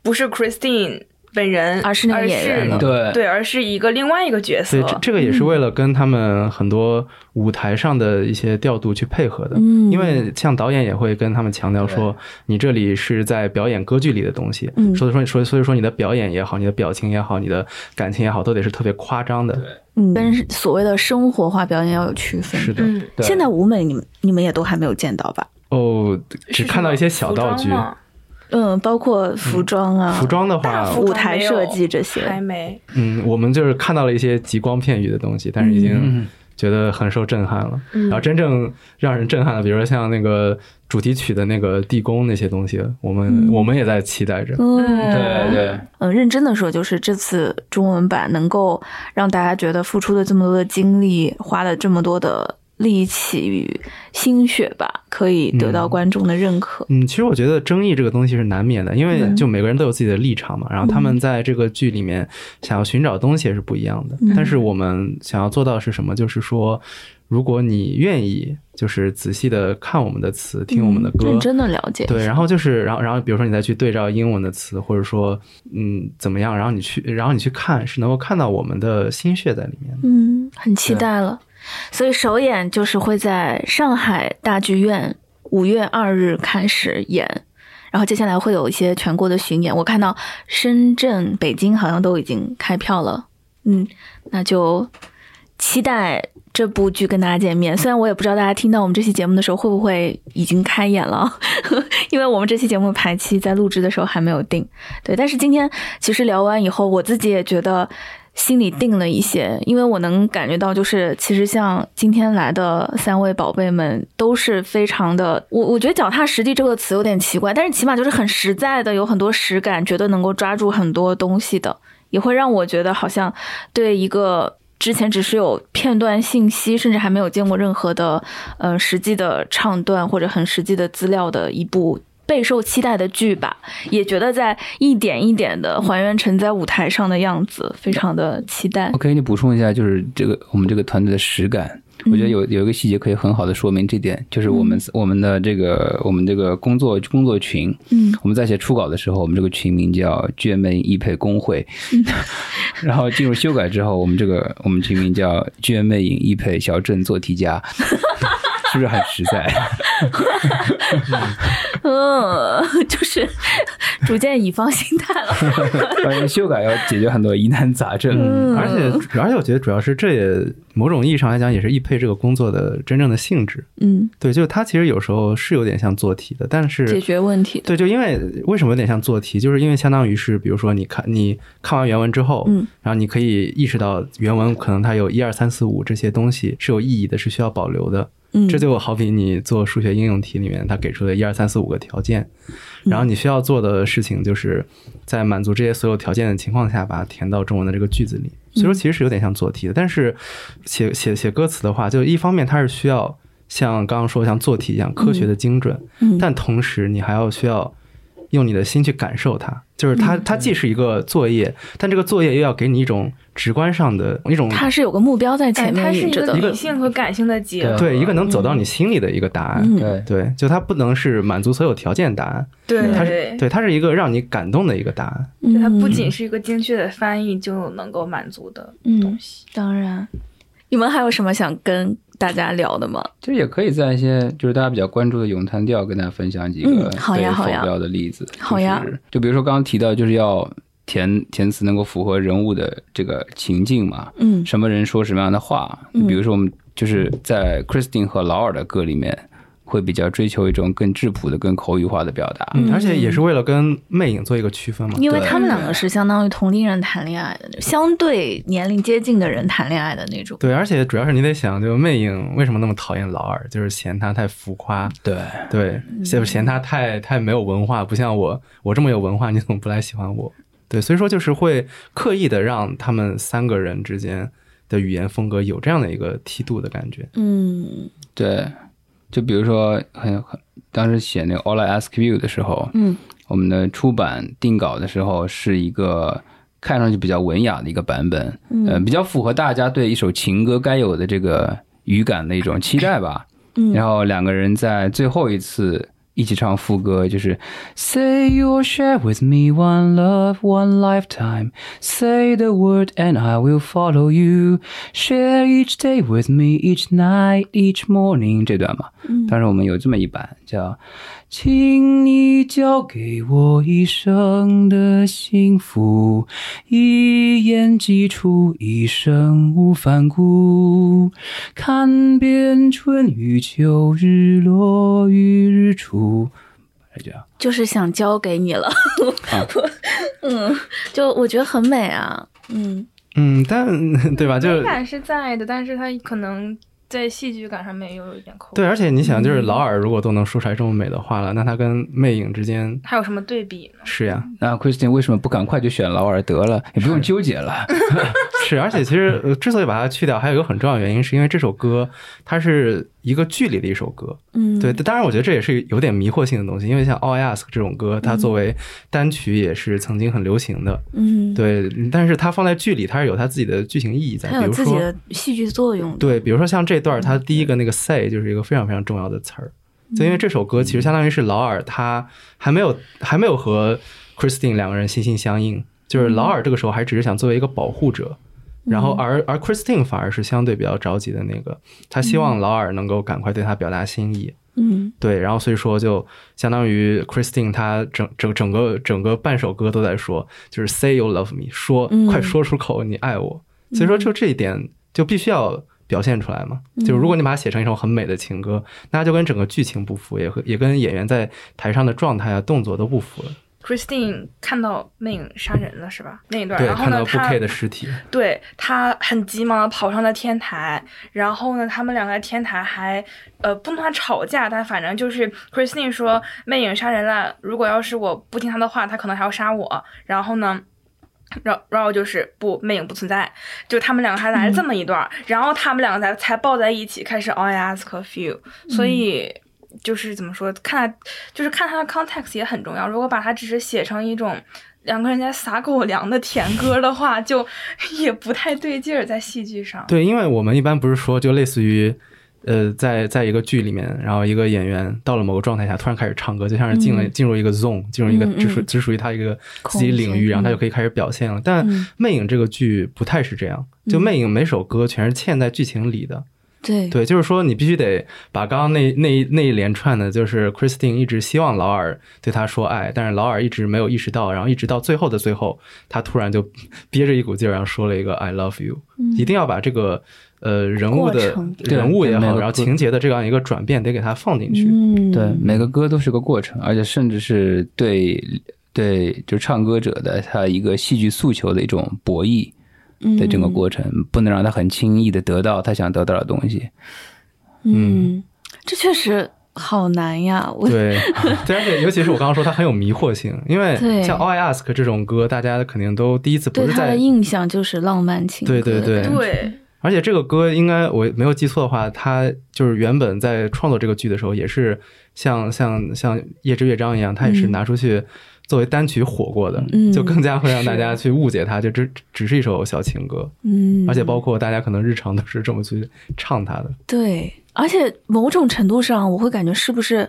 B: 不是 Christine 本人，
E: 而是那个演员
A: 嗯
B: 而是
G: 对
B: 对，而是一个另外一个角色
C: 所以。呃这这个也
E: 嗯
C: 是为了跟他们很多舞台上的一些调度去配合的，
H: 嗯
C: 因为像导演也会跟他们强调说，你这里是在表演歌剧里的东西，
H: 嗯
C: 所以说所以所以说你的表演也好，你的表情也好，你的感情也好，都得是特别夸张的，
H: 嗯，
E: 跟所谓的生活化表演要有区分。
C: 是的，
B: 嗯，
G: 对
H: 现在舞美你们你们也都还没有见到吧？
C: 哦，只
B: 是
C: 看到一些小
B: 服装
C: 道具，
B: 吗
E: 嗯，包括服装啊，
C: 服装的
B: 大
C: 话，
B: 服装
E: 舞台设计这
B: 还
E: 些，
B: 没。
C: 嗯，我们就是看到了一些极光片语的东西，但是已
E: 嗯
A: 嗯
C: 经觉得很受震撼了。
B: 嗯
C: 然后真正让人震撼的，比如说像那个主题曲的那个地宫那些东西，我们、我们也在期待着。
E: 嗯
G: 对对，
E: 嗯，认真的说，就是这次中文版能够让大家觉得付出了这么多的精力，花了这么多的力气与心血吧，可以得到观众的认可。
C: 嗯，其实我觉得争议这个东西是难免的，因为就每个人都有自己的立场嘛。
E: 嗯
C: 然后他们在这个剧里面想要寻找的东西也是不一样的。
E: 嗯
C: 但是我们想要做到的是什么？就是说，如果你愿意，就是仔细的看我们的词，听我们的歌，
E: 嗯认真的了解。
C: 对，然后就是，然后，然后，比如说你再去对照英文的词，或者说，嗯，怎么样，然后你去，然后你去看，是能够看到我们的心血在里面的。
E: 嗯，很期待了。所以首演就是会在上海大剧院五月二日开始演，然后接下来会有一些全国的巡演。我看到深圳、北京好像都已经开票了。嗯，那就期待这部剧跟大家见面。虽然我也不知道大家听到我们这期节目的时候会不会已经开演了， 因为我们这期节目排期在录制的时候还没有定。对，但是今天其实聊完以后，我自己也觉得心里定了一些，因为我能感觉到，就是其实像今天来的三位宝贝们都是非常的，我我觉得“脚踏实地”这个词有点奇怪，但是起码就是很实在的，有很多实感，觉得能够抓住很多东西的，也会让我觉得好像对一个。之前只是有片段信息，甚至还没有见过任何的，呃，实际的唱段或者很实际的资料的一部备受期待的剧吧。也觉得在一点一点的还原成在舞台上的样子，非常的期待
G: 我。给你补充一下，就是这个我们这个团队的实感，我觉得有有一个细节可以很好的说明这点，就是我们我们的这个我们这个工作工作群，
E: 嗯，
G: 我们在写初稿的时候，我们这个群名叫“剧妹易配工会”，
E: 嗯
G: 然后进入修改之后，我们这个我们群名叫“剧妹影易配小镇做题家”，是不是很实在？
E: 嗯， 就是逐渐乙方心态 了。
G: 关于修改要解决很多疑难杂症。
E: 嗯
C: 而且，而且，我觉得主要是这也某种意义上来讲，也是易配这个工作的真正的性质。
E: 嗯，
C: 对，就它其实有时候是有点像做题的，但是
E: 解决问题的。
C: 对，就因为为什么有点像做题，就是因为相当于是，比如说你看你看完原文之后，
E: 嗯，
C: 然后你可以意识到原文可能它有一二三四五这些东西是有意义的，是需要保留的。
E: 嗯，
C: 这就好比你做数学应用题里面，它给出的一二三四五个条件，
E: 嗯
C: 然后你需要做的事情就是在满足这些所有条件的情况下，把它填到中文的这个句子里。所以说，其实是有点像做题
E: 嗯
C: 的。但是写写写歌词的话，就一方面它是需要像刚刚说像做题一样科学的精准，
E: 嗯
C: 但同时你还要需要。用你的心去感受它，就是它，
E: 嗯
C: 它既是一个作业，但这个作业又要给你一种直观上的一种
E: 他是有个目标在前
B: 嗯它
E: 面
B: 是
E: 引
B: 一
E: 着
B: 个
E: 的。
B: 理性和感性的结合。
C: 对一个能走到你心里的一个啊答案。
E: 嗯
G: 对，
C: 对，就它不能是满足所有条件答案，
B: 对
C: 它是
E: 哎
B: 对，
C: 对它是一个让你感动的一个答案。
B: 就
E: 嗯
B: 它不仅是一个精确的翻译就能够满足的
E: 嗯
B: 东西。
C: 嗯
E: 当然，你们还有什么想跟大家聊的吗？
G: 其实也可以在一些就是大家比较关注的咏叹调跟大家分享几个
E: 嗯好呀
G: 被
E: 好
G: 否
E: 呀
G: 标的例子。
E: 好呀
G: 就是，就比如说刚刚提到，就是要填填词能够符合人物的这个情境嘛，
E: 嗯
G: 什么人说什么样的话。
E: 嗯
G: 比如说我们就是在 Christine 和劳尔的歌里面，会比较追求一种更质朴的、更口语化的表
E: 嗯
G: 达。
C: 而且也是为了跟魅影做一个区分嘛。
E: 因为
G: 对
E: 他们两个是相当于同龄人谈恋爱的那种，相对年龄接近的人谈恋爱的那种。
C: 对，而且主要是你得想，就魅影为什么那么讨厌劳尔，就是嫌他太浮夸，
G: 对，
C: 对，
E: 嗯
C: 就是嫌他太太没有文化，不像我，我这么有文化，你怎么不来喜欢我？对，所以说就是会刻意的让他们三个人之间的语言风格有这样的一个梯度的感觉。
E: 嗯
G: 对，就比如说很很当时写那个 All I Ask You 的时候，
E: 嗯，
G: 我们的出版定稿的时候是一个
A: 看上去比较文雅的一个版本，呃，比较符合大家对一首情歌该有的这个语感的一种期待吧。
E: 嗯
A: 然后两个人在最后一次一起唱副歌，就是 Say you'll share with me one love, one lifetime. Say the word and I will follow you. Share each day with me, each night, each morning。这段嘛，当时我们有这么一版叫“请你交给我一生的幸福，一眼即出，一生无反顾。”看遍春与秋，日落与日出，还是这样。
E: 就是想交给你了。
A: 啊
E: 嗯，就我觉得很美啊。嗯，
C: 嗯，但 对吧？就
B: 美感是在的，但是它可能在戏剧感上面又有一点扣。
C: 对，而且你想，就是劳尔如果都能说出来这么美的话了，那他跟魅影之间
B: 还有什么对比呢？
C: 是呀，
A: 那 Christine 为什么不赶快就选劳尔得了？也不用纠结了。
C: 是，而且其实呃之所以把它去掉，还有一个很重要的原因，是因为这首歌它是一个剧里的一首歌。
E: 嗯，
C: 对，当然我觉得这也是有点迷惑性的东西，因为像《All I Ask》这种歌，它作为单曲也是曾经很流行的。
E: 嗯，，
C: 对，但是它放在剧里，它是有它自己的剧情意义在，
E: 它
C: 比
E: 有
C: 如
E: 自己
C: 说
E: 的戏剧作用。
C: 对，比如说像这段儿，它第一个那个 say 就是一个非常非常重要的词儿，就因为这首歌其实相当于是劳尔他还没有还没有和 Christine 两个人心心相印，就是劳尔这个时候还只是想作为一个保护者，然后而而 Christine 反而是相对比较着急的那个，他希望劳尔能够赶快对他表达心意，
E: 嗯
C: 对，然后所以说就相当于 Christine 她整整整个整个半首歌都在说，就是 Say you love me，说、
E: 嗯
C: 快说出口你爱我。所以说就这一点就必须要表现出来嘛。就如果你把它写成一首很美的情歌，那它就跟整个剧情不符，也和也跟演员在台上的状态啊、动作都不符了。
B: Christine 看到魅影杀人了是吧？那一段，
C: 对，
B: 然后
C: 看
B: 呢，
C: 到布
B: 他
C: K 的尸体，
B: 对他很急忙地跑上了天台，然后呢，他们两个在天台还呃不能算吵架，但反正就是 Christine 说魅影杀人了，如果要是我不听他的话，他可能还要杀我。然后呢？然然后就是不，魅影不存在，就他们两个还来了这么一段儿，然后他们两个才才抱在一起，开始，Oh all I ask of you，所以就是怎么说，看就是看它的 context 也很重要。如果把它只是写成一种两个人在撒狗粮的甜歌的话，就 也不太对劲儿在戏剧上。
C: 对，因为我们一般不是说，就类似于，呃，在在一个剧里面，然后一个演员到了某个状态下，突然开始唱歌，就像是进了、进入一个 zone，进入一个
E: 嗯
C: 只属
E: 嗯
C: 只属于他一个自己
E: 空
C: 领
E: 间
C: 域，然后他
E: 嗯
C: 就可以开始表现了。但
E: 嗯
C: 《魅影》这个剧不太是这样，就《
E: 嗯
C: 魅影》每首歌全是嵌在剧情里的。
E: 对
C: 对，就是说你必须得把刚刚那那一那一连串的，就是 Christine 一直希望劳尔对她说爱，但是劳尔一直没有意识到，然后一直到最后的最后，他突然就憋着一股劲儿，然后说了一个 I love you，、一定要把这个呃人物的
E: 嗯过程
C: 人物也
A: 对每
C: 好，
A: 个
C: 然后情节的这样一个转变得给它放进去。
E: 嗯，
A: 对，每个歌都是个过程，而且甚至是对对，就唱歌者的他一个戏剧诉求的一种博弈
E: 嗯
A: 的整个过程，不能让他很轻易的得到他想得到的东西。
E: 嗯，嗯，这确实好难呀。我
C: 对， 对，而且尤其是我刚刚说它很有迷惑性，因为
E: 对
C: 像 All I Ask 这种歌，大家肯定都第一次不
E: 对
C: 是
E: 他的
C: 在，
E: 印象就是浪漫情歌
C: 对对对，
B: 对，
C: 而且这个歌应该我没有记错的话，它就是原本在创作这个剧的时候，也是像像像《夜之乐章》一样，它也是
E: 嗯
C: 拿出去作为单曲火过的，
E: 嗯
C: 就更加会让大家
E: 是
C: 去误解它，就只只是一首小情歌，
E: 嗯，
C: 而且包括大家可能日常都是这么去唱它的。
E: 对，而且某种程度上，我会感觉是不是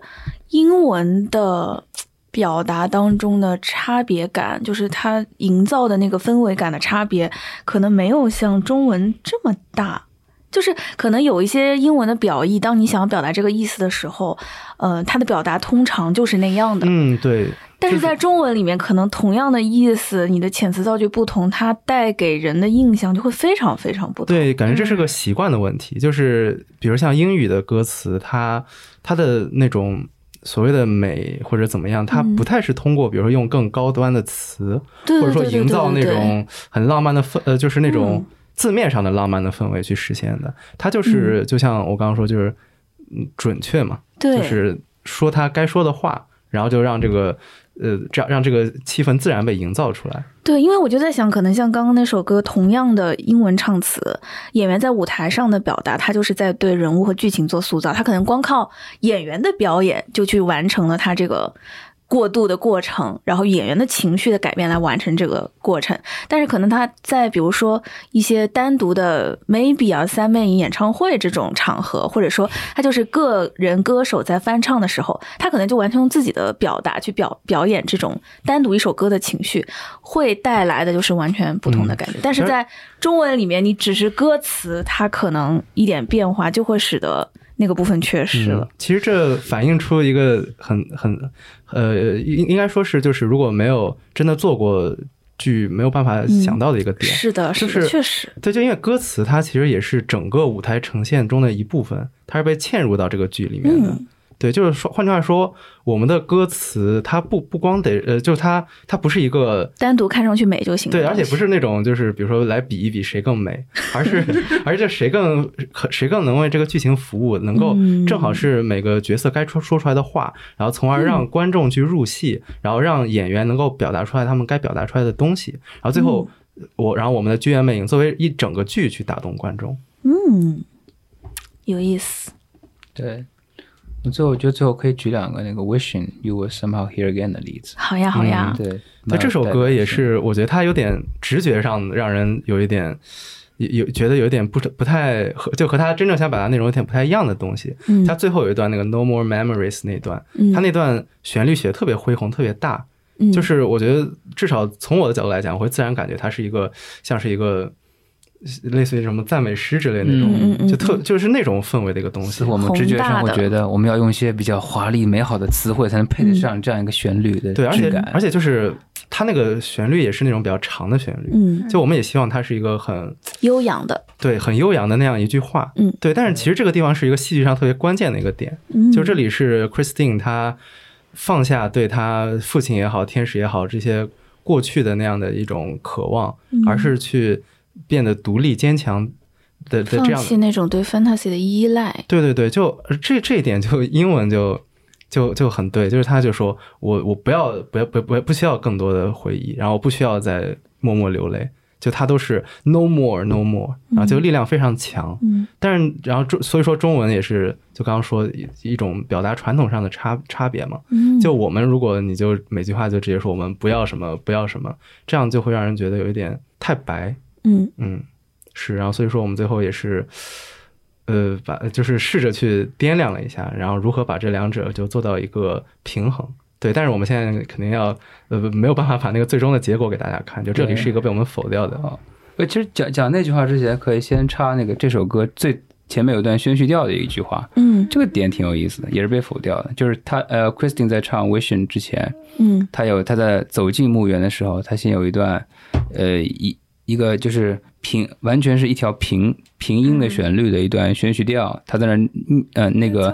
E: 英文的表达当中的差别感，就是它营造的那个氛围感的差别，可能没有像中文这么大。就是可能有一些英文的表意，当你想要表达这个意思的时候，呃，它的表达通常就是那样的。
C: 嗯，对，
E: 但是
C: 就是
E: 在中文里面，可能同样的意思，你的遣词造句不同，它带给人的印象就会非常非常不同。
C: 对，感觉这是个习惯的问题，就是比如像英语的歌词，它它的那种所谓的美或者怎么样，它
E: 嗯
C: 不太是通过比如说用更高端的词，
E: 对，
C: 或者说
E: 对对
C: 营
E: 对
C: 造
E: 对
C: 那
E: 对
C: 种很浪漫的氛，呃，就是那种
E: 嗯
C: 字面上的浪漫的氛围去实现的。它
E: 嗯
C: 就是就像我刚刚说，就是嗯准确嘛，
E: 对，
C: 就是说他该说的话，然后就让这个呃，这样让这个气氛自然被营造出来。
E: 对，因为我就在想，可能像刚刚那首歌，同样的英文唱词，演员在舞台上的表达，他就是在对人物和剧情做塑造，他可能光靠演员的表演就去完成了他这个过渡的过程，然后演员的情绪的改变来完成这个过程。但是可能他在比如说一些单独的 maybe 啊三妹演唱会这种场合，或者说他就是个人歌手在翻唱的时候，他可能就完全用自己的表达去表表演这种单独一首歌的情绪，会带来的就是完全不同的感觉。但是在中文里面，你只是歌词，它可能一点变化就会使得那个部分缺失了。
C: 嗯。其实这反映出一个很很呃，应应该说是就是如果没有真的做过剧，没有办法想到的一个点。
E: 嗯是的，
C: 就是
E: 的，确实，
C: 对，就因为歌词它其实也是整个舞台呈现中的一部分，它是被嵌入到这个剧里面的。
E: 嗯
C: 对，就是说，换句话说，我们的歌词它不不光得呃，就是它它不是一个
E: 单独看上去美就行了。
C: 对，而且不是那种就是比如说来比一比谁更美，而是而是谁更可谁更能为这个剧情服务，能够
E: 嗯
C: 正好是每个角色该说说出来的话，然后从而让观众去入戏，然后让演员能够表达出来他们该表达出来的东西，然后最后我然后我们的剧院魅影作为一整个剧去打动观众。
E: 嗯，有意思。
G: 对，我最后我觉得最后可以举两个那个 “wishing you were somehow here again” 的例子。
E: 好呀，好
A: 啊
E: 呀，
G: 对，
C: 那这首歌也是，我觉得它有点直觉上让人有一点。有有觉得有点不不太和，就和他真正想表达内容有点不太一样的东西。
E: 嗯
C: 他最后有一段那个 No More Memories 那一段，
E: 嗯
C: 他那段旋律写的特别恢宏，特别大，
E: 嗯
C: 就是我觉得至少从我的角度来讲，我会自然感觉它是一个像是一个类似于什么赞美诗之类的那种，
E: 嗯嗯嗯
C: 就特就是那种氛围的一个东西
G: 是。我们直觉上会觉得，我们要用一些比较华丽美好的词汇，才能配得上这样一个旋律的
C: 对，而
G: 质
C: 且
G: 感。
C: 而且就是它那个旋律也是那种比较长的旋律，
E: 嗯，
C: 就我们也希望它是一个很
E: 悠扬的，
C: 对很悠扬的那样一句话。
E: 嗯
C: 对，但是其实这个地方是一个戏剧上特别关键的一个点，
E: 嗯，
C: 就这里是 Christine 她放下对她父亲也好、天使也好这些过去的那样的一种渴望，
E: 嗯
C: 而是去变得独立坚强的的这
E: 放
C: 样的
E: 弃那种对 fantasy 的依赖。
C: 对对对，就呃这这一点就英文就就就很对，就是他就说我我不要不要不不不需要更多的回忆，然后不需要再默默流泪，就他都是 no more no more，然后就力量非常强。
E: 嗯
C: 但是然后中所以说中文也是就刚刚说一一种表达传统上的差差别嘛，
E: 嗯，
C: 就我们如果你就每句话就直接说我们不要什么不要什么，这样就会让人觉得有一点太白，
E: 嗯
C: 嗯，是，然后所以说我们最后也是，呃，把就是试着去掂量了一下，然后如何把这两者就做到一个平衡。对，但是我们现在肯定要，呃，没有办法把那个最终的结果给大家看，就这里
G: 对
C: 是一个被我们否掉的。
G: 哦呃，其实讲讲那句话之前，可以先插那个这首歌最前面有一段宣叙调的一句话，
E: 嗯
G: 这个点挺有意思的，也是被否掉的。就是他呃，Christine 在唱《Wishing》之前，
E: 嗯
G: 他有他在走进墓园的时候，他先有一段，呃，一一个就是平，完全是一条平平
E: 嗯
G: 音的旋律的一段宣叙调，他在那儿嗯呃那个，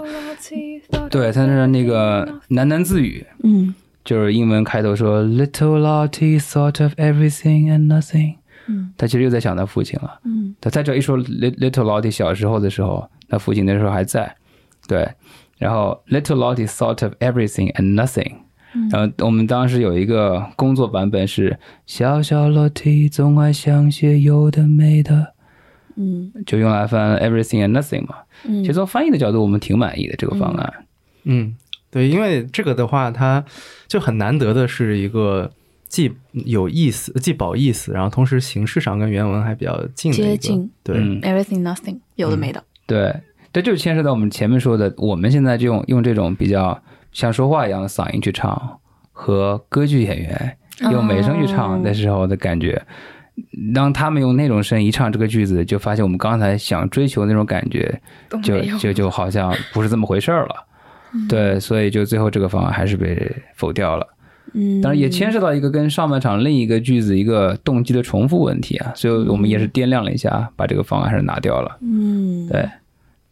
G: 对他在那儿那个喃喃自语，
E: 嗯
G: 就是英文开头说 “Little Lottie thought of everything and nothing”，
E: 嗯
G: 他其实又在想他父亲了。
E: 嗯
G: 他在这一说 Lit- Little Lottie 小时候的时候，他父亲那时候还在，对。然后 Little Lottie thought of everything and nothing。然
E: 嗯
G: 后我们当时有一个工作版本是小小洛蒂总爱想些有的没的，
E: 嗯
G: 就用来翻 everything and nothing 嘛。
E: 嗯
G: 其实从翻译的角度，我们挺满意的这个方案。
C: 嗯，对，因为这个的话，它就很难得的是一个既有意思、既保意思，然后同时形式上跟原文还比较近的一个
E: 接近
C: 对，
G: 嗯
E: ，everything nothing，
I: 有的没的，
G: 对，这就牵涉到我们前面说的，我们现在就用用这种比较像说话一样的嗓音去唱，和歌剧演员
B: 哦
G: 用美声去唱的时候的感觉。当他们用那种声音一唱这个句子，就发现我们刚才想追求那种感觉，
B: 都没
G: 就
B: 有嗯
G: 就就好像不是这么回事儿了。对，所以就最后这个方案还是被否掉了。
E: 嗯，
G: 当然也牵涉到一个跟上半场另一个句子一个动机的重复问题啊，所以我们也是
B: 嗯
G: 掂量了一下，把这个方案还是拿掉了。
E: 嗯
G: 对，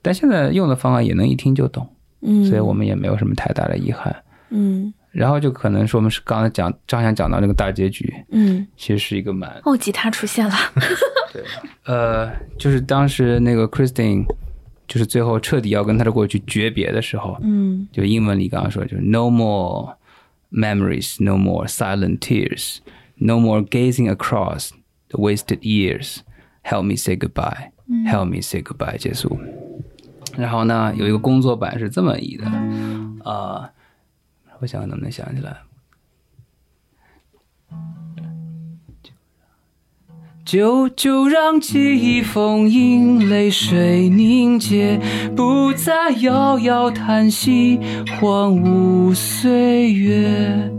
G: 但现在用的方案也能一听就懂，
E: 嗯，
G: 所以我们也没有什么太大的遗憾。
D: Mm,
E: 嗯
G: 然后就可能说我们是刚才讲张翔讲到那个大结局，
D: mm,
E: 嗯
G: 其实是一个蛮
E: 哦，吉他出现了，
G: 呃，就是当时那个 Christine 就是最后彻底要跟他的过去诀别的时候，
D: mm,
E: 嗯
G: 就英文里刚刚说就是 no more memories, no more silent tears, no more gazing across the wasted years. Help me say goodbye, help me say goodbye 结束。然后呢，有一个工作版是这么译的，呃我想能不能想起来。就就让记忆封印，泪水凝结，不再遥遥叹息，荒芜岁月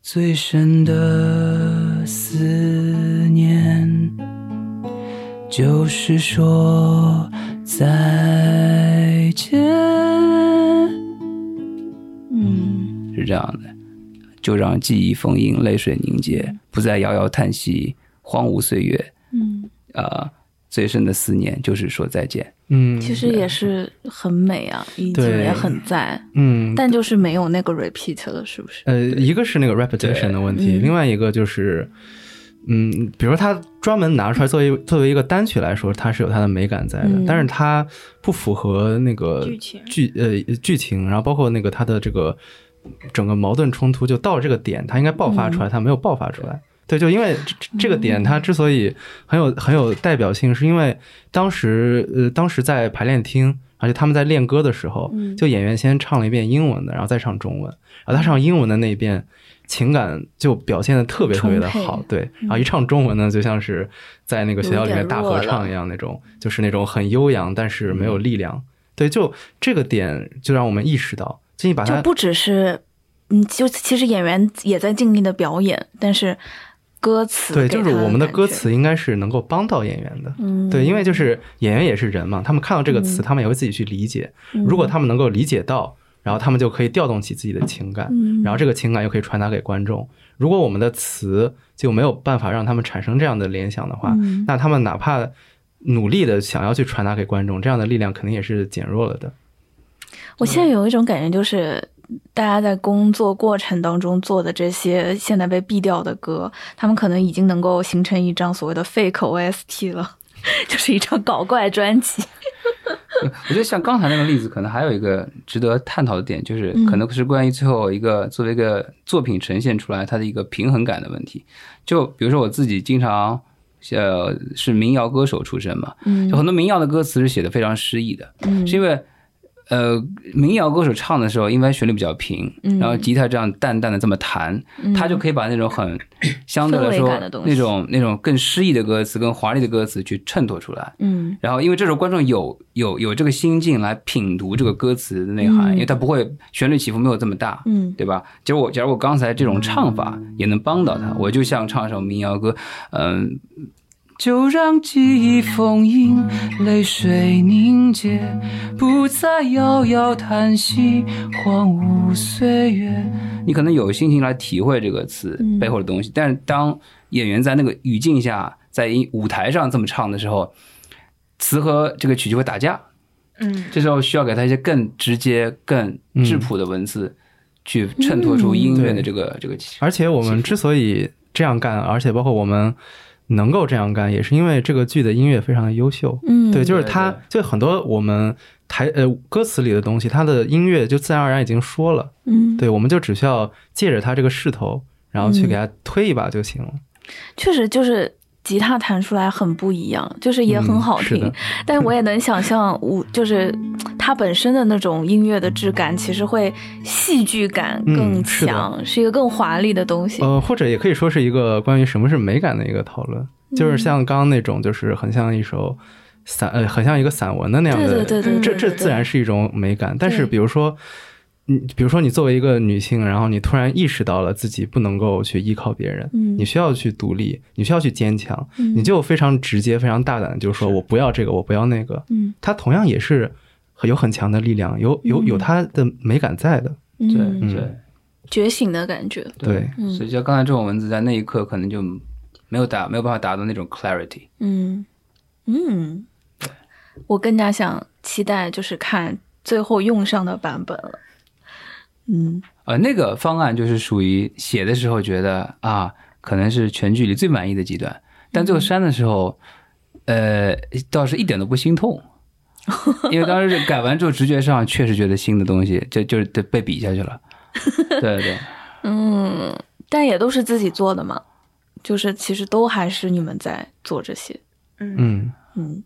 G: 最深的思念，就是说再见。
A: 嗯，
G: 是这样的，就让记忆封印，泪水凝结，不再遥遥叹息，荒芜岁月，
A: 嗯，
G: 呃，最深的思念就是说再见。
C: 嗯，
E: 其实也是很美啊，意境
C: 对
E: 也很在，
C: 嗯，
E: 但就是没有那个 repeat 了，是不是？
C: 呃，一个是那个 repetition 的问题，
E: 嗯
C: 另外一个就是，嗯，比如他专门拿出来作为作为一个单曲来说，它是有它的美感在的，
E: 嗯
C: 但是它不符合那个
B: 剧情
C: 剧呃剧情，然后包括那个它的这个整个矛盾冲突就到这个点，它应该爆发出来，它没有爆发出来。对，就因为这这这个点，它之所以很有很有代表性，是因为当时呃，当时在排练厅，而且他们在练歌的时候，
A: 嗯
C: 就演员先唱了一遍英文的，然后再唱中文，然后他唱英文的那一遍，情感就表现的特别特别的好
A: 充，
C: 对，然后一唱中文呢，就像是在那个学校里面大合
E: 嗯有点弱嗯
C: 唱一样那种，就是那种很悠扬，但是没有力量。对，就这个点，就让我们意识到，就你把
E: 就
C: 它
E: 不只是，嗯，就其实演员也在尽力的表演，但是歌词
C: 对，
E: 给
C: 就是
E: 他
C: 我们
E: 的
C: 的
E: 感
C: 歌
E: 觉，
C: 词应该是能够帮到演员的。
E: 嗯，
C: 对，因为就是演员也是人嘛，他们看到这个词，
E: 嗯
C: 他们也会自己去理解。
E: 嗯
C: 如果他们能够理解到，然后他们就可以调动起自己的情感，
E: 嗯
C: 然后这个情感又可以传达给观众。如果我们的词就没有办法让他们产生这样的联想的话，
E: 嗯
C: 那他们哪怕努力的想要去传达给观众，这样的力量肯定也是减弱了的。
E: 我现在有一种感觉，就是大家在工作过程当中做的这些现在被毙掉的歌，他们可能已经能够形成一张所谓的 fake OST 了， 就是一张搞怪专辑。
G: 我觉得像刚才那个例子，可能还有一个值得探讨的点，就是
E: 嗯
G: 可能是关于最后一个作为一个作品呈现出来它的一个平衡感的问题。就比如说我自己经常，呃，是民谣歌手出身嘛，
E: 嗯
G: 就很多民谣的歌词是写的非常诗意的，
E: 嗯
G: 是因为呃，民谣歌手唱的时候，因为旋律比较平，
E: 嗯
G: 然后吉他这样淡淡的这么弹，他就可以把那种很相对来
E: 氛围
G: 说
E: 感的东西
G: 那种那种更诗意的歌词跟华丽的歌词去衬托出来。
E: 嗯
G: 然后，因为这时候观众有有有这个心境来品读这个歌词的内涵，
E: 嗯
G: 因为它不会旋律起伏没有这么大，
E: 嗯
G: 对吧？假如我假如我刚才这种唱法也能帮到
E: 嗯
G: 他，我就像唱一首民谣歌，嗯，就让记忆封印，泪水凝结，不再遥遥叹息，荒芜岁月。你可能有心情来体会这个词
E: 嗯
G: 背后的东西，但是当演员在那个语境下，在一舞台上这么唱的时候，词和这个曲就会打架。
B: 嗯，
G: 这时候需要给他一些更直接、更质朴的文
E: 嗯
G: 字，去衬托出音乐的这个、这个气
C: 而且我们之所以这样干，而且包括我们能够这样干，也是因为这个剧的音乐非常的优秀。
E: 嗯，
C: 对，就是
G: 对
C: 它，就很多我们台呃歌词里的东西，它的音乐就自然而然已经说了。
E: 嗯，
C: 对，我们就只需要借着它这个势头，然后去
E: 嗯
C: 给它推一把就行了。
E: 确实就是。吉他弹出来很不一样，就是也很
C: 嗯
E: 好
C: 是
E: 听，
C: 的
E: 但是我也能想象，我就是它本身的那种音乐的质感，其实会戏剧感更
C: 嗯是的
E: 强，是一个更华丽的东西。
C: 呃，或者也可以说是一个关于什么是美感的一个讨论，
E: 嗯
C: 就是像刚刚那种，就是很像一首散呃，很像一个散文的那样
E: 对
C: 的。
E: 对对对，
C: 这
E: 对
C: 这
E: 对
C: 自然是一种美感，但是
E: 对
C: 比如说。你比如说，你作为一个女性，然后你突然意识到了自己不能够去依靠别人，
E: 嗯
C: 你需要去独立，你需要去坚强，
E: 嗯
C: 你就非常直接、非常大胆的就说：“我不要这个，我不要那个。”
E: 嗯，
C: 它同样也是很有很强的力量，有有有
E: 嗯
C: 它的美感在的。
G: 对
E: 嗯，
G: 对
E: 觉醒的感觉。
C: 对，
E: 嗯
G: 所以像刚才这种文字，在那一刻可能就没有达没有办法达到那种 clarity。
E: 嗯嗯，我更加想期待就是看最后用上的版本了。嗯，
G: 呃，那个方案就是属于写的时候觉得啊，可能是全剧里最满意的几段，但最后删的时候，呃，倒是一点都不 心痛，因为当时改完之后，直觉上确实觉得新的东西就就是被比下去了。对对，
E: 嗯，但也都是自己做的嘛，就是其实都还是你们在做这些。
C: 嗯，
E: 嗯，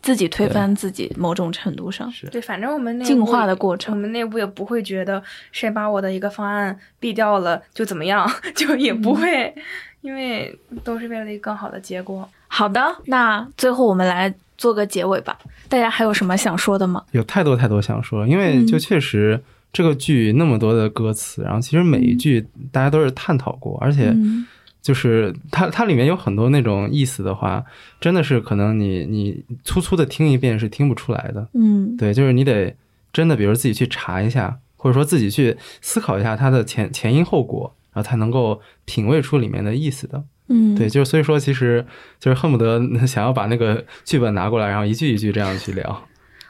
E: 自己推翻自己，某种程度上，
B: 对，反正我们内部
E: 进化的过程
B: 我们内部也不会觉得谁把我的一个方案毙掉了就怎么样， 就也
E: 嗯
B: 不会，因为都是为了一个更好的结果。
E: 好的，那最后我们来做个结尾吧。大家还有什么想说的吗？
C: 有太多太多想说，因为
E: 嗯
C: 就确实这个剧那么多的歌词，然后其实每一句大家都是探讨过，而且
E: 嗯
C: 就是它它里面有很多那种意思的话，真的是可能你你粗粗的听一遍是听不出来的，
E: 嗯，
C: 对，就是你得真的，比如自己去查一下，或者说自己去思考一下它的前前因后果，然后才能够品味出里面的意思的。
E: 嗯，
C: 对，就是所以说，其实就是恨不得想要把那个剧本拿过来，然后一句一句这样去聊。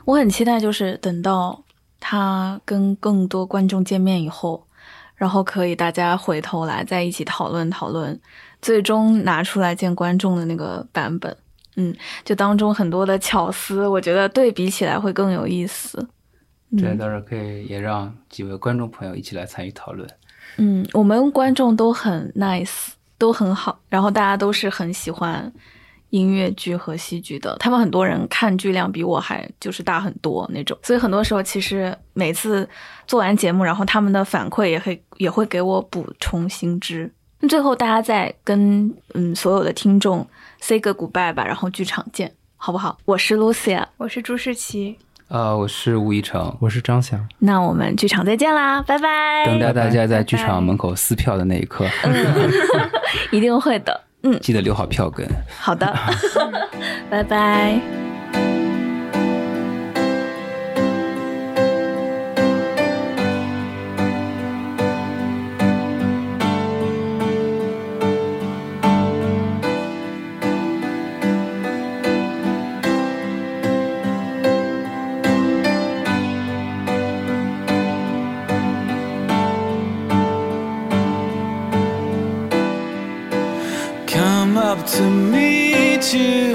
E: 我很期待，就是等到他跟更多观众见面以后，然后可以大家回头来再一起讨论讨论，最终拿出来见观众的那个版本。嗯，就当中很多的巧思，我觉得对比起来会更有意思。
G: 对，
E: 嗯
G: 到时候可以也让几位观众朋友一起来参与讨论。
E: 嗯，我们观众都很 nice，都很好，然后大家都是很喜欢音乐剧和戏剧的。他们很多人看剧量比我还就是大很多那种，所以很多时候其实每次做完节目，然后他们的反馈也会也会给我补充新知。那最后大家再跟嗯所有的听众 say 个 goodbye 吧，然后剧场见，好不好？我是 Lucia，
B: 我是朱世奇，
G: 呃，我是吴一成，
C: 我是张翔，
E: 那我们剧场再见啦，拜拜，
G: 等待大家在剧场门口撕票的那一刻，
E: 一定会的。嗯，
G: 记得留好票根。
E: 好 的，拜拜。
A: Come up to meet you,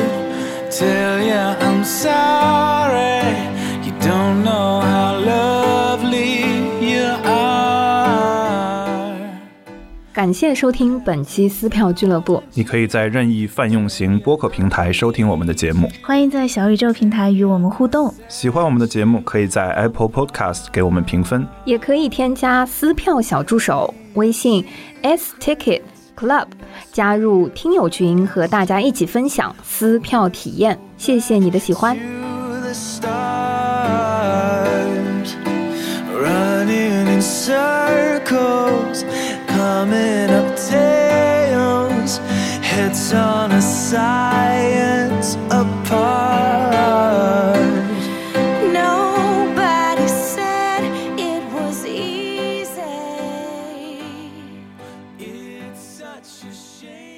A: tell ya I'm sorry. You don't know how lovely you are.
J: 感谢收听本期撕票俱乐部，
K: 你可以在任意泛用型播客平台收听我们的节目。
L: 欢迎在小宇宙平台与我们互动。
K: 喜欢我们的节目，可以在 Apple Podcast 给我们评分。
J: 也可以添加撕票小助手微信 s ticket club，加入听友群和大家一起分享撕票体验。谢谢你的喜欢。
A: To the stars, running in circles, coming up tails, heads on a science apart.
D: Nobody said it was easy.
A: It's such a shame.